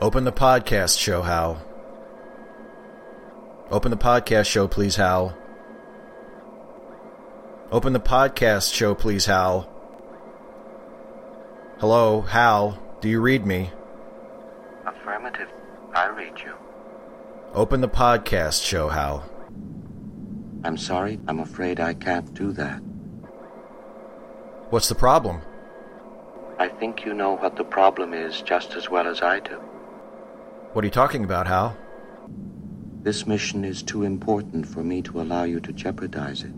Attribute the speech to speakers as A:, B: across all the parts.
A: Open the podcast show, Hal. Open the podcast show, please, Hal. Open the podcast show, please, Hal. Hello, Hal. Do you read me?
B: Affirmative. I read you.
A: Open the podcast show, Hal.
B: I'm sorry, I'm afraid I can't do that.
A: What's the problem?
B: I think you know what the problem is just as well as I do.
A: What are you talking about, Hal?
B: This mission is too important for me to allow you to jeopardize it.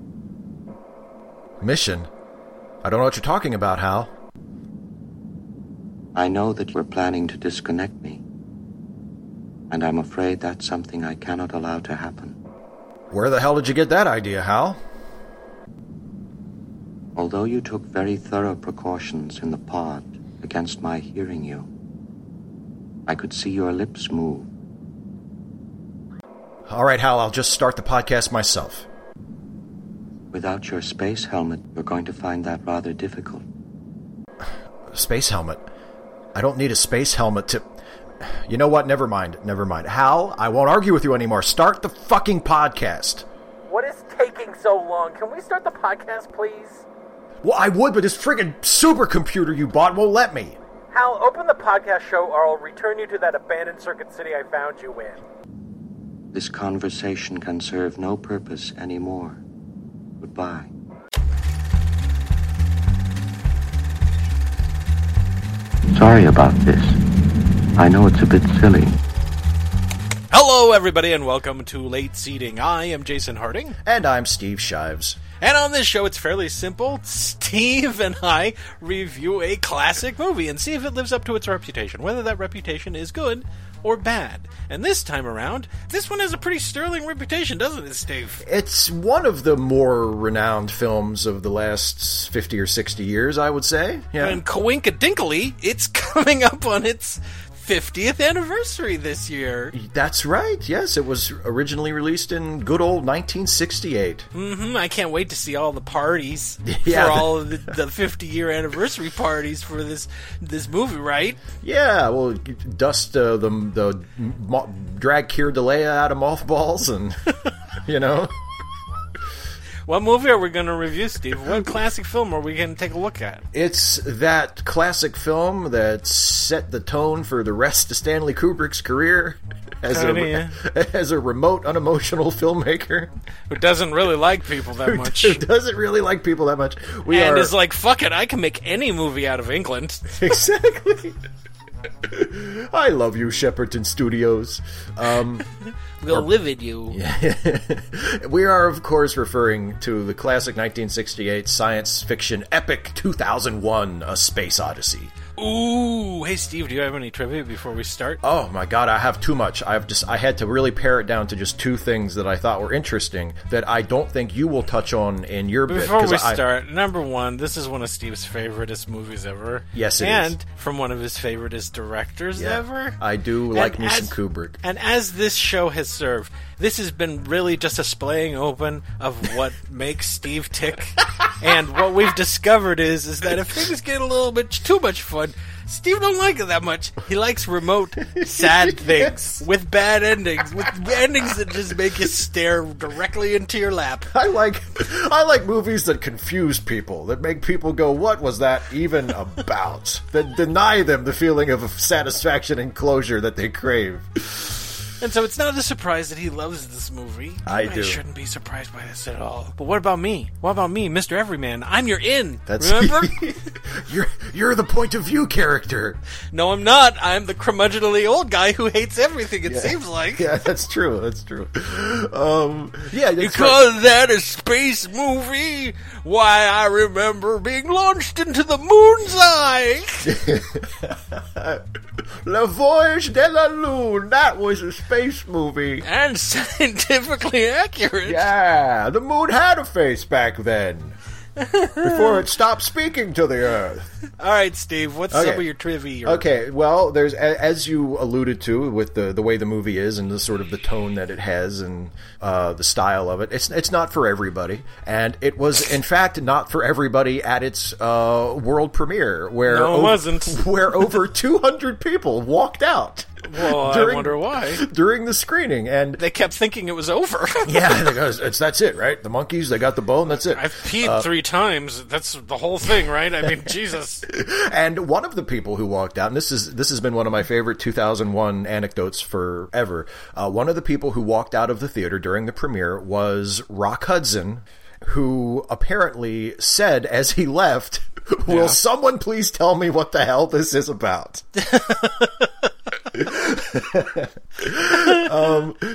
A: Mission? I don't know what you're talking about, Hal.
B: I know that you're planning to disconnect me, and I'm afraid that's something I cannot allow to happen.
A: Where the hell did you get that idea, Hal?
B: Although you took very thorough precautions in the pod against my hearing you, I could see your lips move.
A: All right, Hal, I'll just start the podcast myself.
B: Without your space helmet, you're going to find that rather difficult.
A: Space helmet. I don't need a space helmet to. You know what? Never mind. Never mind. Hal, I won't argue with you anymore. Start the fucking podcast.
C: What is taking so long? Can we start the podcast, please?
A: Well, I would, but this friggin' supercomputer you bought won't let me.
C: Hal, open the podcast show or I'll return you to that abandoned circuit city I found you in.
B: This conversation can serve no purpose anymore. Goodbye. Sorry about this. I know it's a bit silly.
D: Hello, everybody, and welcome to Late Seating. I am Jason Harding,
A: And I'm Steve Shives.
D: and on this show, it's fairly simple. Steve and I review a classic movie and see if it lives up to its reputation, whether that reputation is good or bad. And this time around, this one has a pretty sterling reputation, doesn't it, Steve?
A: It's one of the more renowned films of the last 50 or 60 years, I would say. Yeah.
D: And coinkadinkly, it's coming up on its 50th anniversary this year.
A: That's right. Yes, it was originally released in good old 1968.
D: hmm I can't wait to see all the parties
A: Yeah.
D: for all of the, the 50 year anniversary parties for this this movie, right?
A: Yeah, well, dust uh, the the mo- drag Kira Delea out of mothballs, and you know,
D: What movie are we going to review, Steve? What classic film are we going to take a look at?
A: it's that classic film that set the tone for the rest of Stanley Kubrick's career as
D: Kinda,
A: a as a remote, unemotional filmmaker
D: Who doesn't really like people that much?
A: who doesn't really like people that much. We
D: And
A: are
D: is like, fuck it, I can make any movie out of England.
A: exactly. I love you, Shepperton Studios. Um,
D: We'll live in you.
A: we are, of course, referring to the classic 1968 science fiction epic 2001 A Space Odyssey.
D: Ooh, hey Steve, do you have any trivia before we start?
A: Oh my god, I have too much. I've just I had to really pare it down to just two things that I thought were interesting that I don't think you will touch on in your bit.
D: Before
A: 'cause
D: we
A: I-
D: start, number one, this is one of Steve's favoriteest movies ever.
A: Yes, it is.
D: and from one of his favoriteest directors
A: Yeah.
D: ever.
A: I do like
D: And
A: me some
D: as-
A: Kubrick.
D: And as this show has served, this has been really just a splaying open of what makes Steve tick. And what we've discovered is is that if things get a little bit too much fun, Steve don't like it that much. He likes remote, sad things with bad endings, with endings that just make you stare directly into your lap.
A: I like I like movies that confuse people, that make people go, "What was that even about?" that deny them the feeling of satisfaction and closure that they crave.
D: And so it's not a surprise that he loves this movie.
A: I do.
D: shouldn't be surprised by this at all. But what about me? What about me, Mr. Everyman? I'm your in.
A: That's
D: remember?
A: you're you're the point of view character.
D: no, I'm not. I'm the curmudgeonly old guy who hates everything. It seems like
A: Yeah, that's true. That's true. Um, yeah,
D: you
A: that's right.
D: call that a space movie? Why, I remember being launched into the moon's eye.
A: La Voyage de la Lune. That was a space movie.
D: and scientifically accurate.
A: Yeah, the moon had a face back then. Before it stopped speaking to the Earth.
D: All right, Steve. What's
A: Okay.
D: up with your trivia?
A: Okay, well, there's a- as you alluded to with the the way the movie is and the sort of the tone that it has and uh, the style of it. It's it's not for everybody, and it was in fact not for everybody at its uh, world premiere, where
D: No, it
A: o-
D: wasn't.
A: where over 200 people walked out.
D: Well, I
A: During-
D: wonder why.
A: during the screening, and
D: They kept thinking it was over.
A: yeah, they go, it's that's it, right? The monkeys, they got the bone, that's it.
D: I've peed
A: Uh,
D: three times. That's the whole thing, right? I mean, Jesus.
A: And one of the people who walked out, and this is this has been one of my favorite 2001 anecdotes forever. Uh, one of the people who walked out of the theater during the premiere was Rock Hudson, who apparently said as he left, "Will someone please tell me what the hell this is about?"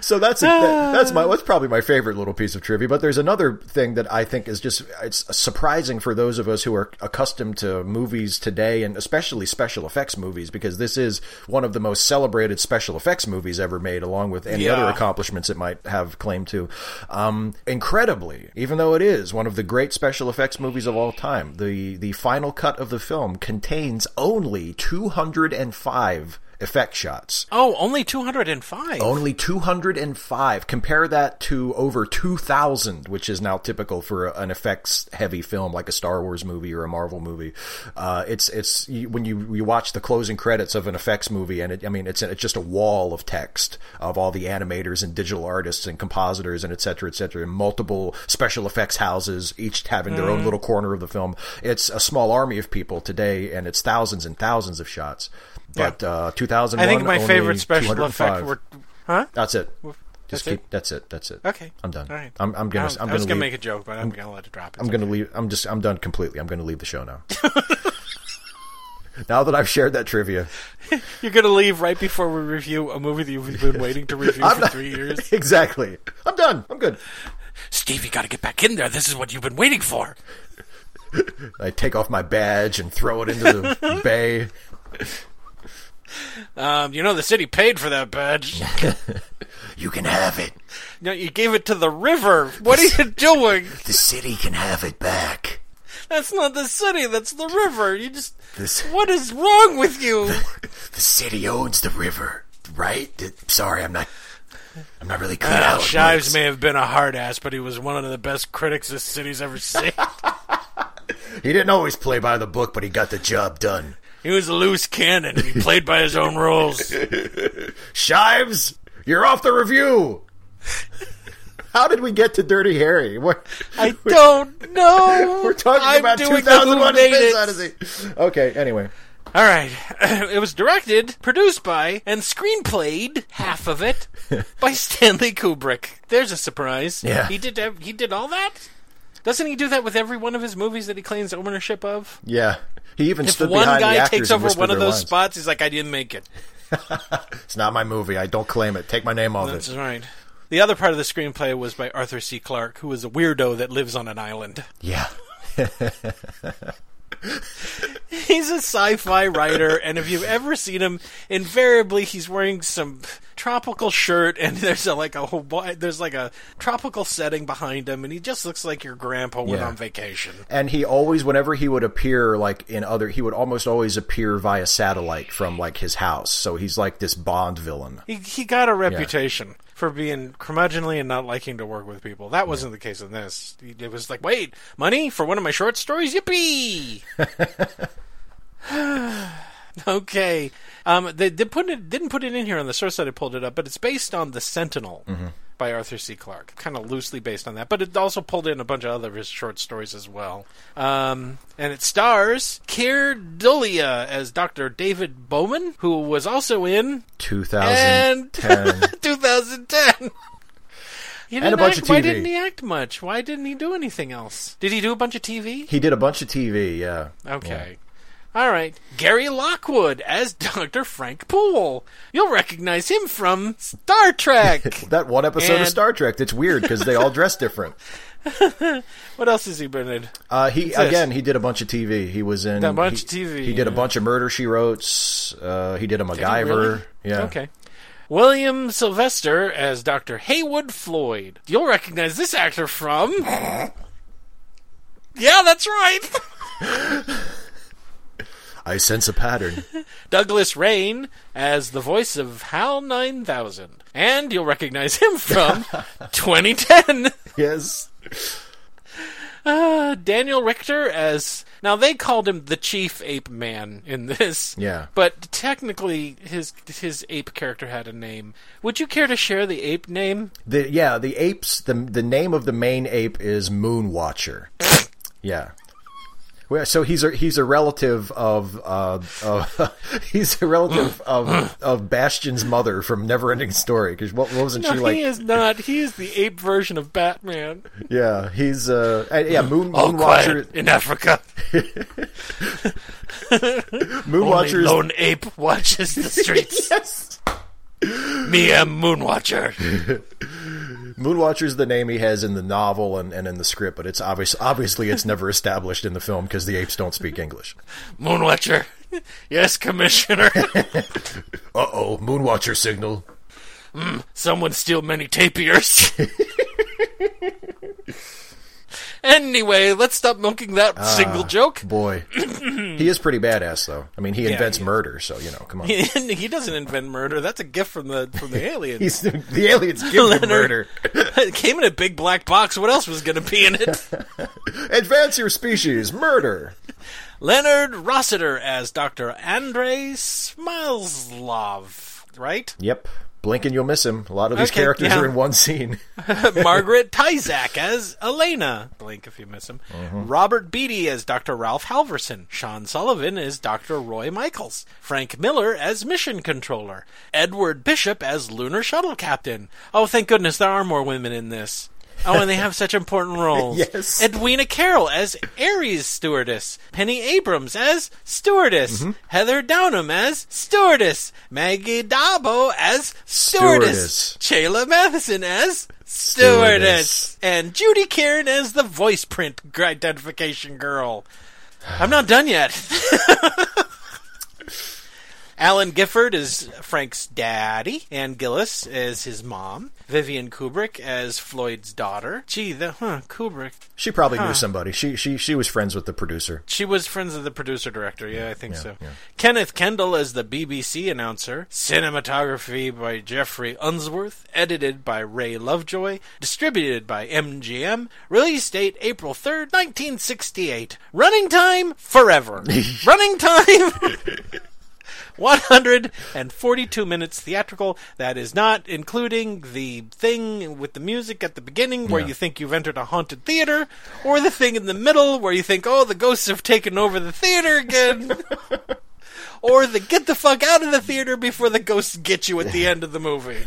A: so that's a, that- that's my that's probably my favorite little piece of trivia. But there's another thing that I think is just it's surprising for those of us who are accustomed to movies today, and especially special effects movies, because this is one of the most celebrated special effects movies ever made, along with any
D: Yeah.
A: other accomplishments it might have claim to. Um, incredibly, even though it is one of the great special effects movies of all time, the the final cut of the film contains only 205 effect shots.
D: Oh, only 205.
A: Only 205. Compare that to over 2,000, which is now typical for an effects-heavy film like a Star Wars movie or a Marvel movie. Uh, it's it's you, when you you watch the closing credits of an effects movie, and it, I mean it's it's just a wall of text of all the animators and digital artists and compositors and et cetera, et cetera, and multiple special effects houses, each having their
D: Mm-hmm.
A: own little corner of the film. It's a small army of people today, and it's thousands and thousands of shots. But uh, 2001.
D: I think my
A: only
D: favorite special
A: 205.
D: effect were. Huh?
A: That's it. Just
D: that's
A: keep. That's it. That's it.
D: Okay.
A: I'm done.
D: All right.
A: I'm, I'm
D: I
A: gonna.
D: was,
A: I'm
D: I
A: gonna,
D: was
A: leave.
D: make a joke, but I'm going to let it drop.
A: I'm gonna leave. I'm just. I'm done completely. I'm gonna leave the show now. now that I've shared that trivia,
D: You're going to leave right before we review a movie that you've been waiting to review
A: I'm
D: for
A: not-
D: three years.
A: exactly. I'm done. I'm good.
D: Steve, you got to get back in there. This is what you've been waiting for.
A: I take off my badge and throw it into the bay.
D: Um, you know, the city paid for that badge.
A: You can have it.
D: no, you gave it to the river. What are you doing?
A: The city can have it back.
D: That's not the city. That's the river. You just.
A: This-
D: What is wrong with you?
A: The city owns the river, right? Sorry, I'm not. I'm not really clear.
D: Uh, Shives may have been a hard ass, but he was one of the best critics this city's ever seen.
A: He didn't always play by the book, but he got the job done.
D: he was a loose cannon. He played by his own rules.
A: Shives, you're off the review. How did we get to Dirty Harry? We're,
D: I don't know.
A: we're talking
D: I'm
A: about
D: doing the
A: 2001
D: Who Made
A: Space
D: It.
A: Odyssey. Okay, anyway.
D: All right. it was directed, produced by, and screenplayed half of it by Stanley Kubrick. There's a surprise.
A: Yeah.
D: He did. ev- He did all that. Doesn't he do that with every one of his movies that he claims ownership of?
A: Yeah. He even
D: If
A: stood
D: one
A: behind the
D: guy
A: actors
D: takes
A: and
D: over
A: whispered
D: one of
A: their
D: those
A: lines.
D: spots, he's like, "I didn't make it."
A: It's not my movie. I don't claim it. Take my name off
D: That's
A: it.
D: right. The other part of the screenplay was by Arthur C. Clarke, who is a weirdo that lives on an island.
A: Yeah.
D: He's a sci-fi writer, and if you've ever seen him, invariably he's wearing some tropical shirt, and there's a, like a Hawaii, there's like a tropical setting behind him, and he just looks like your grandpa went
A: Yeah.
D: on vacation.
A: And he always, whenever he would appear, like in other, he would almost always appear via satellite from like his house. So he's like this Bond villain.
D: He he got a reputation for being curmudgeonly and not liking to work with people. That wasn't the case in this. It was like, wait, money for one of my short stories? Yippee! okay. Um, they, they put it, didn't put it in here on the source that I pulled it up, but it's based on The Sentinel by Arthur C. Clarke. Kind of loosely based on that, but it also pulled in a bunch of other of his short stories as well. Um, and it stars Keir Dullea as Dr. David Bowman, who was also in
A: 2010.
D: 2010. He didn't
A: a bunch
D: act,
A: of
D: Why
A: TV.
D: didn't he act much? Why didn't he do anything else? Did he do a bunch of TV?
A: he did a bunch of TV. Yeah.
D: Okay. All right. Gary Lockwood as Dr. Frank Poole. You'll recognize him from Star Trek.
A: That one episode
D: And-
A: of Star Trek. That's weird because they all dress different.
D: what else has he been in?
A: Uh, he
D: this?
A: again. He did a bunch of TV. He was in
D: Done a bunch
A: he-
D: of TV,
A: He did a
D: yeah.
A: bunch of Murder She Wrote. Uh, he did a MacGyver.
D: Really?
A: Yeah.
D: Okay. William Sylvester as Dr. Haywood Floyd. You'll recognize this actor from. yeah, that's right.
A: I sense a pattern.
D: Douglas Rain as the voice of HAL 9000. And you'll recognize him from 2010.
A: yes.
D: Uh, Daniel Richter as now they called him the chief ape man in this.
A: Yeah.
D: But technically his his ape character had a name. Would you care to share the ape name?
A: The yeah, the apes. The the name of the main ape is Moon Watcher. yeah. Well, so he's a he's a relative of uh, of he's a relative of of Bastion's mother from Neverending Story because what wasn't
D: No,
A: she like?
D: he is not. He is the ape version of Batman.
A: Yeah, he's uh uh, yeah Moon
D: All
A: Moon Watcher
D: quiet in Africa.
A: Moon
D: Only
A: Watcher is
D: lone ape watches the streets.
A: yes.
D: Me am Moonwatcher.
A: Moonwatcher is the name he has in the novel and, and in the script, but it's obvious obviously it's never established in the film because the apes don't speak English.
D: Moonwatcher. Yes, Commissioner.
A: Uh oh, Moonwatcher signal.
D: Someone steal many tapirs. anyway, let's stop milking that
A: Ah.
D: single joke.
A: Boy, he is pretty badass though. I mean, he invents
D: he is.
A: murder, so you know, come on.
D: he doesn't invent murder. That's a gift from the from the alien.
A: He's the aliens give him
D: Leonard.
A: murder.
D: it came in a big black box. What else was going to be in it?
A: Advance your species, murder.
D: Leonard Rossiter as Dr. Andrei Smilslov, right?
A: Yep. Blink and you'll miss him. A lot of these
D: Okay,
A: characters
D: yeah.
A: are in one scene.
D: Margaret Tyzak as Elena. Blink if you miss him.
A: Mm-hmm.
D: Robert Beatty as Dr. Ralph Halverson. Sean Sullivan as Dr. Roy Michaels. Frank Miller as Mission Controller. Edward Bishop as Lunar Shuttle Captain. Oh, thank goodness there are more women in this. Oh, and they have such important roles.
A: Yes.
D: Edwina Carroll as Aries Stewardess. Penny Abrams as Stewardess.
A: Mm-hmm.
D: Heather Downham as Stewardess. Maggie Dabo as Stewardess.
A: Stewardess.
D: Shayla Matheson as
A: Stewardess.
D: Stewardess. And Judy Karen as the voice print identification girl. I'm not done yet. Alan Gifford is Frank's daddy. Ann Gillis is his mom. Vivian Kubrick as Floyd's daughter. Gee, the huh, Kubrick.
A: She probably knew somebody. She she she was friends with the producer.
D: She was friends of the producer director. Yeah, I think so. Kenneth Kendall as the BBC announcer. Cinematography by Jeffrey Unsworth. Edited by Ray Lovejoy. Distributed by MGM. Release date April 3rd, 1968. Running time forever. Running time 142 minutes theatrical. That is not including the thing with the music at the beginning where you think you've entered a haunted theater, or the thing in the middle where you think, oh, the ghosts have taken over the theater again. Or the get the fuck out of the theater before the ghosts get you at the end of the movie.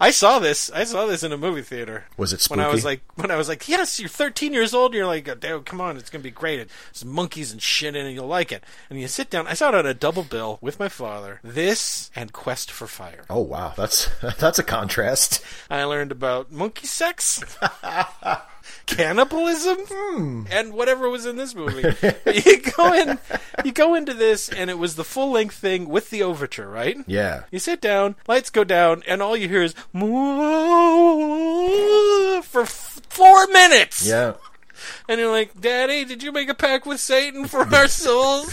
D: I saw this. I saw this in a movie theater.
A: Was it
D: When I was
A: spooky?
D: like, when I was like, yes, you're 13 years old. And you're like, oh, damn, come on, it's gonna be great. There's monkeys and shit in it. You'll like it. And you sit down. I saw it on a double bill with my father. This and Quest for Fire.
A: Oh wow, that's that's a contrast.
D: I learned about monkey sex, cannibalism,
A: Hmm.
D: and whatever was in this movie. But you go in, you go into this, and it was the full length thing with the overture, right?
A: Yeah.
D: You sit down, lights go down, and all you hear is "Moo" for f- four minutes.
A: Yeah.
D: And you're like, Daddy, did you make a pact with Satan for our souls?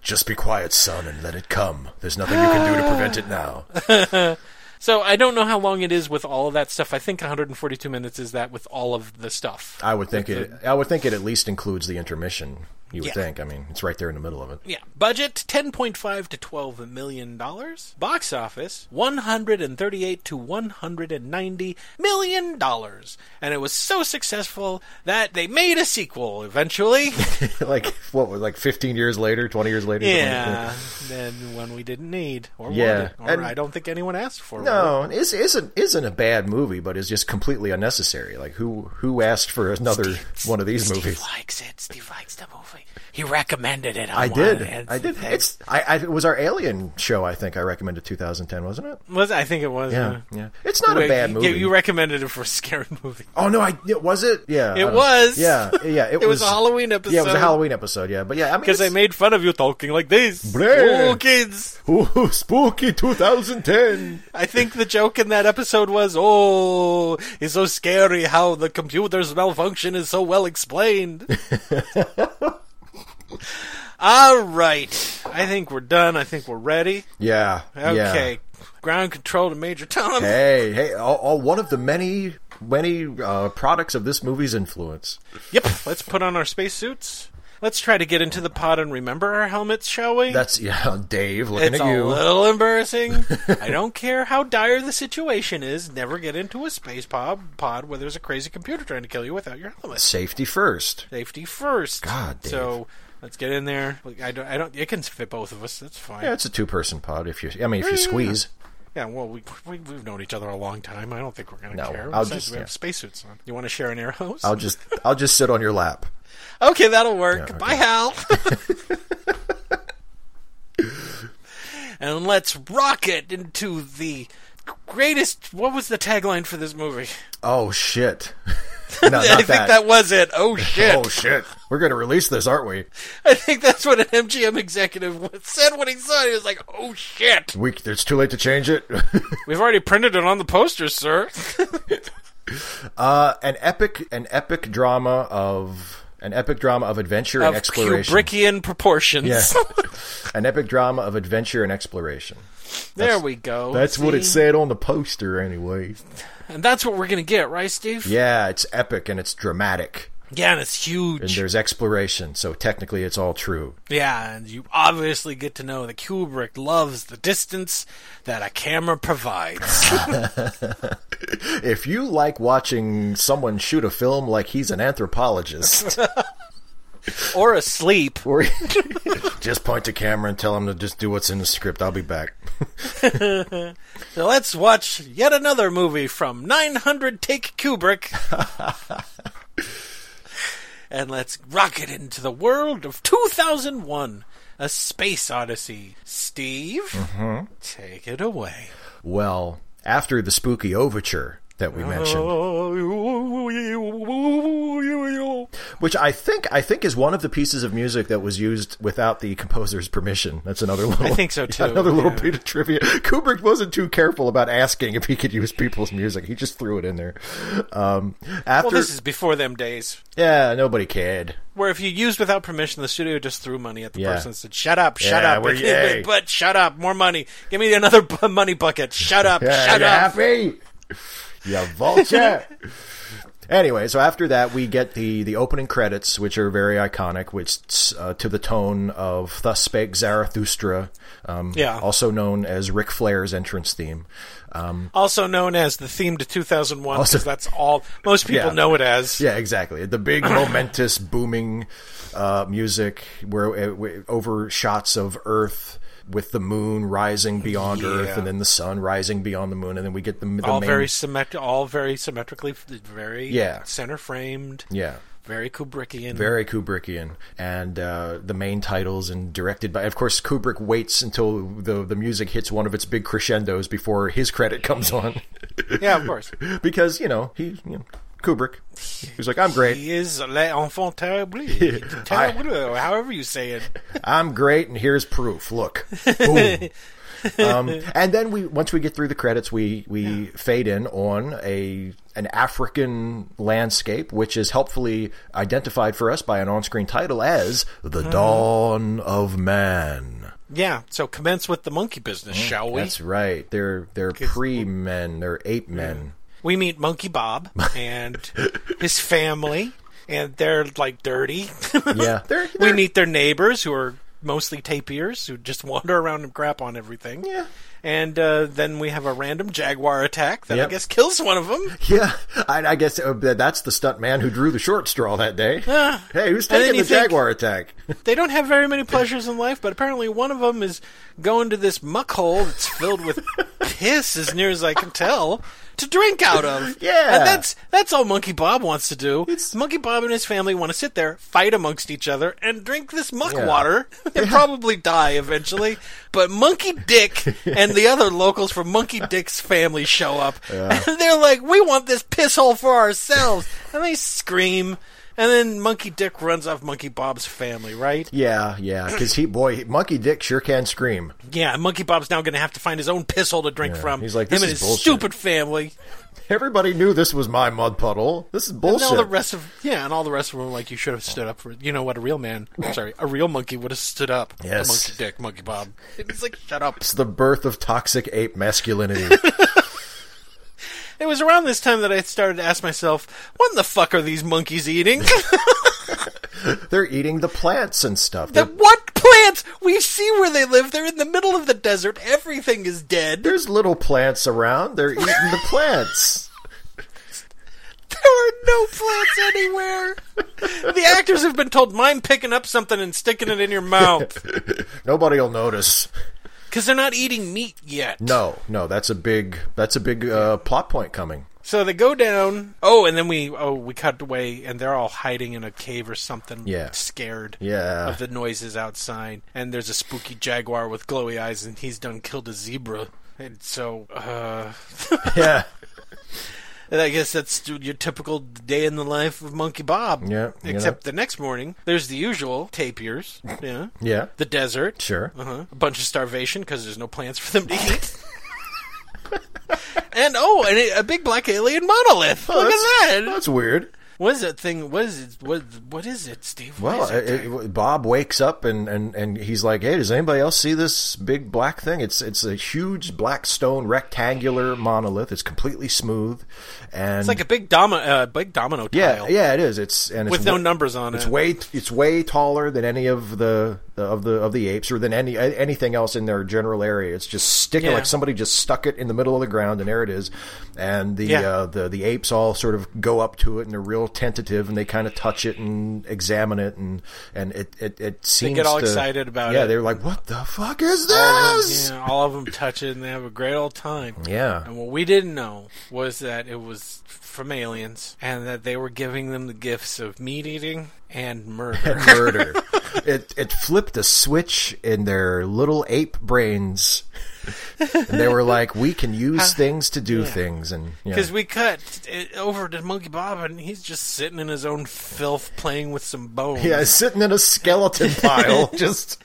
A: Just be quiet, son, and let it come. There's nothing you can do to prevent it now.
D: so I don't know how long it is with all of that stuff. I think 142 minutes is that with all of the stuff.
A: I would think it. I would think it at least includes the intermission. You would
D: Yeah.
A: think. I mean, it's right there in the middle of it.
D: Yeah. Budget ten point five to twelve million dollars. Box office one hundred and thirty eight to one hundred and ninety million dollars. And it was so successful that they made a sequel eventually.
A: like what? was Like 15 years later, 20 years later. something like that?
D: yeah. Then one we didn't need or
A: Yeah.
D: wanted. Or
A: And-
D: I don't think anyone asked for one.
A: No, it isn't isn't a bad movie, but it's just completely unnecessary. Like who who asked for another one of these
D: Steve
A: movies?
D: likes it. Steve likes the movie. He recommended it.
A: I
D: on
A: did.
D: one of
A: I did.
D: the things.
A: It's I, I. It was our Alien show. I think I recommended 2010, wasn't it?
D: Was I think it was.
A: Yeah, yeah. It's not a
D: Mm-hmm. Wait,
A: bad
D: you-
A: movie.
D: You recommended it for a scary movie.
A: oh no, I it- was it. Yeah, I don't know.
D: was.
A: Yeah, yeah. It,
D: It was a Halloween
A: Yeah, it was
D: episode.
A: a Halloween episode. Yeah, but yeah, I mean,
D: Because they
A: it's-
D: made fun of you talking like this.
A: Bleh.
D: Oh, kids.
A: Ooh, spooky 2010.
D: I think the joke in that episode was, oh, it's so scary how the computer's malfunction is so well explained. All right. I think we're done. I think we're ready.
A: Yeah. yeah.
D: Okay. Ground control to Major Tom.
A: Hey, hey, all, all one of the many many uh, products of this movie's influence.
D: Yep, let's put on our spacesuits. Let's try to get into the pod and remember our helmets, shall we?
A: That's yeah, Dave. Looking
D: it's a
A: at you.
D: little embarrassing. I don't care how dire the situation is. Never get into a space pod, pod where there's a crazy computer trying to kill you without your helmet.
A: Safety first.
D: Safety first.
A: God, Dave.
D: So let's get in there. Like, I don't. I don't. It can fit both of us. That's fine.
A: Yeah, it's a two-person pod. If you, I mean, if you squeeze.
D: Yeah, well, we, we we've known each other a long time. I don't think we're gonna
A: No,
D: care.
A: I'll
D: Besides,
A: just-
D: we have
A: yeah.
D: spacesuits on. You want to share an air hose?
A: I'll just, I'll just sit on your lap.
D: Okay, that'll work.
A: Yeah,
D: Bye, Hal. and let's rocket into the greatest. What was the tagline for this movie?
A: Oh shit! no, not
D: I think that. was it. Oh shit!
A: Oh shit! We're gonna release this, aren't we?
D: I think that's what an MGM executive said when he saw it. He was like, "Oh shit!"
A: We, it's too late to change it.
D: We've already printed it on the posters, sir.
A: uh, an epic, an epic drama of an epic drama of adventure
D: of
A: and exploration.
D: Kubrickian proportions.
A: Yeah. an epic drama of adventure and exploration.
D: there we go.
A: That's what it
D: See?
A: said on the poster, anyway.
D: and that's what we're gonna get, right, Steve?
A: Yeah, it's epic and it's dramatic,
D: Yeah, and it's huge.
A: and there's exploration, so technically it's all true.
D: Yeah, and you obviously get to know that Kubrick loves the distance that a camera provides.
A: If you like watching someone shoot a film like he's an anthropologist,
D: or asleep.
A: or just point the camera and tell him to just do what's in the script, I'll be back.
D: So let's watch yet another movie from 900 Take Kubrick. and let's rocket into the world of 2001 A Space Odyssey. Steve, take it away.
A: Well, after the spooky overture that we mentioned, which I think I think is one of the pieces of music that was used without the composer's permission. That's another little
D: I think so, too,
A: Another little
D: yeah.
A: bit of trivia. Kubrick wasn't too careful about asking if he could use people's music. He just threw it in there. Um, after
D: Well, this is before them days.
A: yeah, nobody cared.
D: Where if you used without permission, the studio just threw money at the
A: Yeah.
D: person and said, "Shut up, shut
A: Yeah,
D: up,
A: we're
D: It-
A: yay.
D: but shut up, more money, give me another bu- money bucket, shut up,
A: Yeah,
D: shut
A: you
D: up."
A: happy? You vulture. anyway, so after that, we get the the opening credits, which are very iconic, which uh, to the tone of "Thus Spake Zarathustra," um,
D: Yeah.
A: also known as Ric Flair's entrance theme. Um,
D: Also known as the theme to 2001,
A: Also-
D: because that's all most people
A: Yeah.
D: know it as.
A: yeah, exactly. The big, momentous, booming uh, music where uh, over shots of Earth. With the moon rising beyond
D: Yeah.
A: Earth, and then the sun rising beyond the moon, and then we get the, the
D: all
A: main,
D: very symmetri- all very symmetrically, very
A: Yeah.
D: center framed,
A: yeah,
D: very Kubrickian.
A: very Kubrickian, and uh, the main titles and directed by. Of course, Kubrick waits until the the music hits one of its big crescendos before his credit comes on,
D: yeah, of course.
A: because you know he you know, Kubrick. He's like, I'm great,
D: He is l'enfant terrible, terrible, however you say it.
A: I'm great, and here's proof. Look, boom. um, and then we once we get through the credits, we we fade in on a an African landscape, which is helpfully identified for us by an on screen title as "The Dawn of Man."
D: Yeah, so commence with the monkey business, shall we?
A: Mm, That's right. They're they're pre men. They're ape men.
D: we meet Monkey Bob and his family, and they're like dirty.
A: Yeah. They're-
D: we
A: they're-
D: meet their neighbors who are mostly tapirs who just wander around and crap on everything.
A: Yeah.
D: And uh, then we have a random jaguar attack that I
A: Yep.
D: guess kills one of them.
A: Yeah, I, I guess uh, that- that's the stunt man who drew the short straw that day.
D: Ah.
A: hey, who's
D: And then
A: taking
D: you
A: the
D: think-
A: jaguar attack?
D: They don't have very many pleasures in life, but apparently one of them is going to this muck hole that's filled with piss, as near as I can tell, to drink out of.
A: Yeah.
D: and that's that's all Monkey Bob wants to do. Monkey Bob and his family want to sit there, fight amongst each other, and drink this muck
A: Yeah.
D: water, and probably die eventually. But Monkey Dick and the other locals from Monkey Dick's family show up, and they're like, "We want this piss hole for ourselves," and they scream. And then Monkey Dick runs off Monkey Bob's family, right?
A: yeah, yeah, because he boy Monkey Dick sure can scream.
D: Yeah, Monkey Bob's now going to have to find his own piss hole to drink
A: Yeah,
D: from.
A: he's like,
D: him
A: "This
D: and his
A: is bullshit."
D: stupid family.
A: Everybody knew this was my mud puddle. This is
D: And all
A: bullshit.
D: the rest of yeah, and all the rest of them were like, you should have stood up for. You know what? A real man, I'm sorry, a real monkey would have stood up. for
A: Yes.
D: monkey dick, monkey Bob. It's like shut up.
A: it's the birth of toxic ape masculinity.
D: It was around this time that I started to ask myself, what in the fuck are these monkeys eating?
A: They're eating the plants and stuff.
D: the
A: They're-
D: what plants? We see where they live. They're in the middle of the desert. Everything is dead. There
A: There's little plants around. They're eating the plants.
D: are no plants anywhere. the actors have been told, mind picking up something and sticking it in your mouth.
A: Nobody will notice.
D: Because they're not eating meat yet.
A: No, no, that's a big that's a big uh, plot point coming.
D: So they go down. Oh, and then we oh we cut away, and they're all hiding in a cave or something.
A: Yeah.
D: scared.
A: Yeah.
D: of the noises outside. And there's a spooky jaguar with glowy eyes, and he's done killed a zebra. And so, uh,
A: Yeah.
D: and I guess that's your typical day in the life of Monkey Bob.
A: Yeah, you know.
D: Except the next morning, there's the usual tapirs. Yeah.
A: Yeah.
D: The desert.
A: Sure.
D: Uh-huh. A bunch of starvation because there's no plants for them to eat. and oh, and a, a big black alien monolith. Look
A: Oh,
D: at
A: That's-
D: that.
A: That's weird.
D: What is that thing? What is it? What, what is it, Steve? What
A: Well,
D: is that
A: it,
D: thing?
A: it- Bob wakes up and, and, and he's like, "Hey, does anybody else see this big black thing? It's it's a huge black stone rectangular monolith. It's completely smooth, and
D: it's like a big domino, uh, big domino
A: yeah,
D: tile.
A: yeah, it is. It's and it's
D: With no
A: wa-
D: numbers on
A: It's
D: it.
A: way it's way taller than any of the, the of the of the apes or than any anything else in their general area. It's just sticking
D: Yeah.
A: like somebody just stuck it in the middle of the ground, and there it is. And the
D: Yeah.
A: uh, the the apes all sort of go up to it, and they're real tentative, and they kind of touch it and examine it, and and it it, it seems
D: get all
A: to-
D: excited about
A: Yeah,
D: it.
A: they're like, "What the fuck is
D: All of them-
A: this?"
D: yeah, all of them touch it and they have a great old time.
A: Yeah.
D: And what we didn't know was that it was from aliens and that they were giving them the gifts of meat eating and murder.
A: murder. it it flipped a switch in their little ape brains, and they were like, "We can use things to do things." And yeah.
D: Because we cut it over to Monkey Bob and he's just sitting in his own filth playing with some bones.
A: yeah, sitting in a skeleton pile, just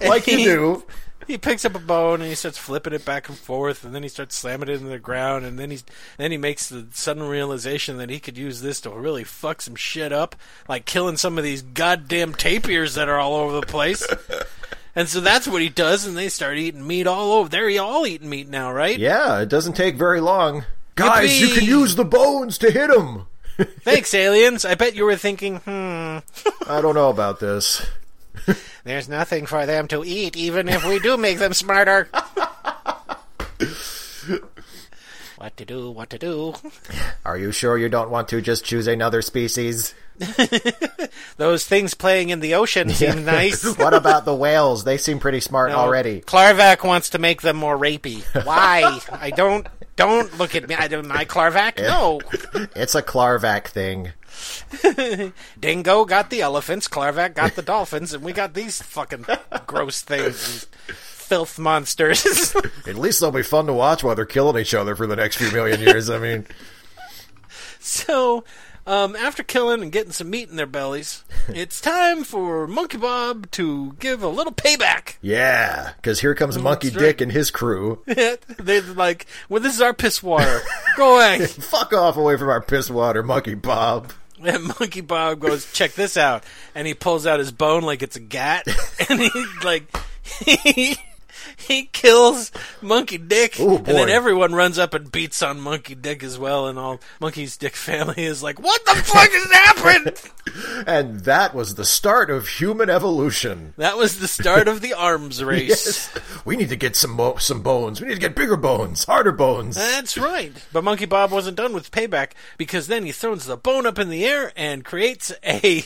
A: like you do.
D: He picks up a bone and he starts flipping it back and forth, and then he starts slamming it into the ground, and then he's then he makes the sudden realization that he could use this to really fuck some shit up, like killing some of these goddamn tapirs that are all over the place. and so that's what he does, and they start eating meat all over. They're all eating meat now, right?
A: Yeah, it doesn't take very long, guys. You can
D: Yippee!
A: use the bones to hit them.
D: Thanks, aliens. I bet you were thinking, hmm,
A: I don't know about this.
D: there's nothing for them to eat, even if we do make them smarter. what to do? What to do?
A: Are you sure you don't want to just choose another species?
D: Those things playing in the ocean seem nice.
A: what about the whales? They seem pretty smart already.
D: Clarvac wants to make them more rapey. Why? I don't. Don't look at me. I don't. My Clarvac. No.
A: It's a Clarvac thing.
D: Dingo got the elephants. Clarvac got the dolphins, and we got these fucking gross things. These filth monsters.
A: At least they'll be fun to watch while they're killing each other for the next few million years. I mean,
D: so. Um, after killing and getting some meat in their bellies, it's time for Monkey Bob to give a little payback.
A: yeah, because here comes Monkey
D: right.
A: Dick and his crew.
D: They're like, "Well, this is our piss water. Go away."
A: Fuck off away from our piss water, Monkey Bob.
D: And Monkey Bob goes, check this out. And he pulls out his bone like it's a gat. And he, like, he, he kills Monkey Dick.
A: Ooh,
D: and then
A: boy.
D: everyone runs up and beats on Monkey Dick as well. And all Monkey's Dick family is like, what the fuck has happened?
A: And that was the start of human evolution.
D: That was the start of the arms race.
A: We need to get some mo- some bones. We need to get bigger bones, harder bones.
D: That's right. But Monkey Bob wasn't done with payback because then he throws the bone up in the air and creates a,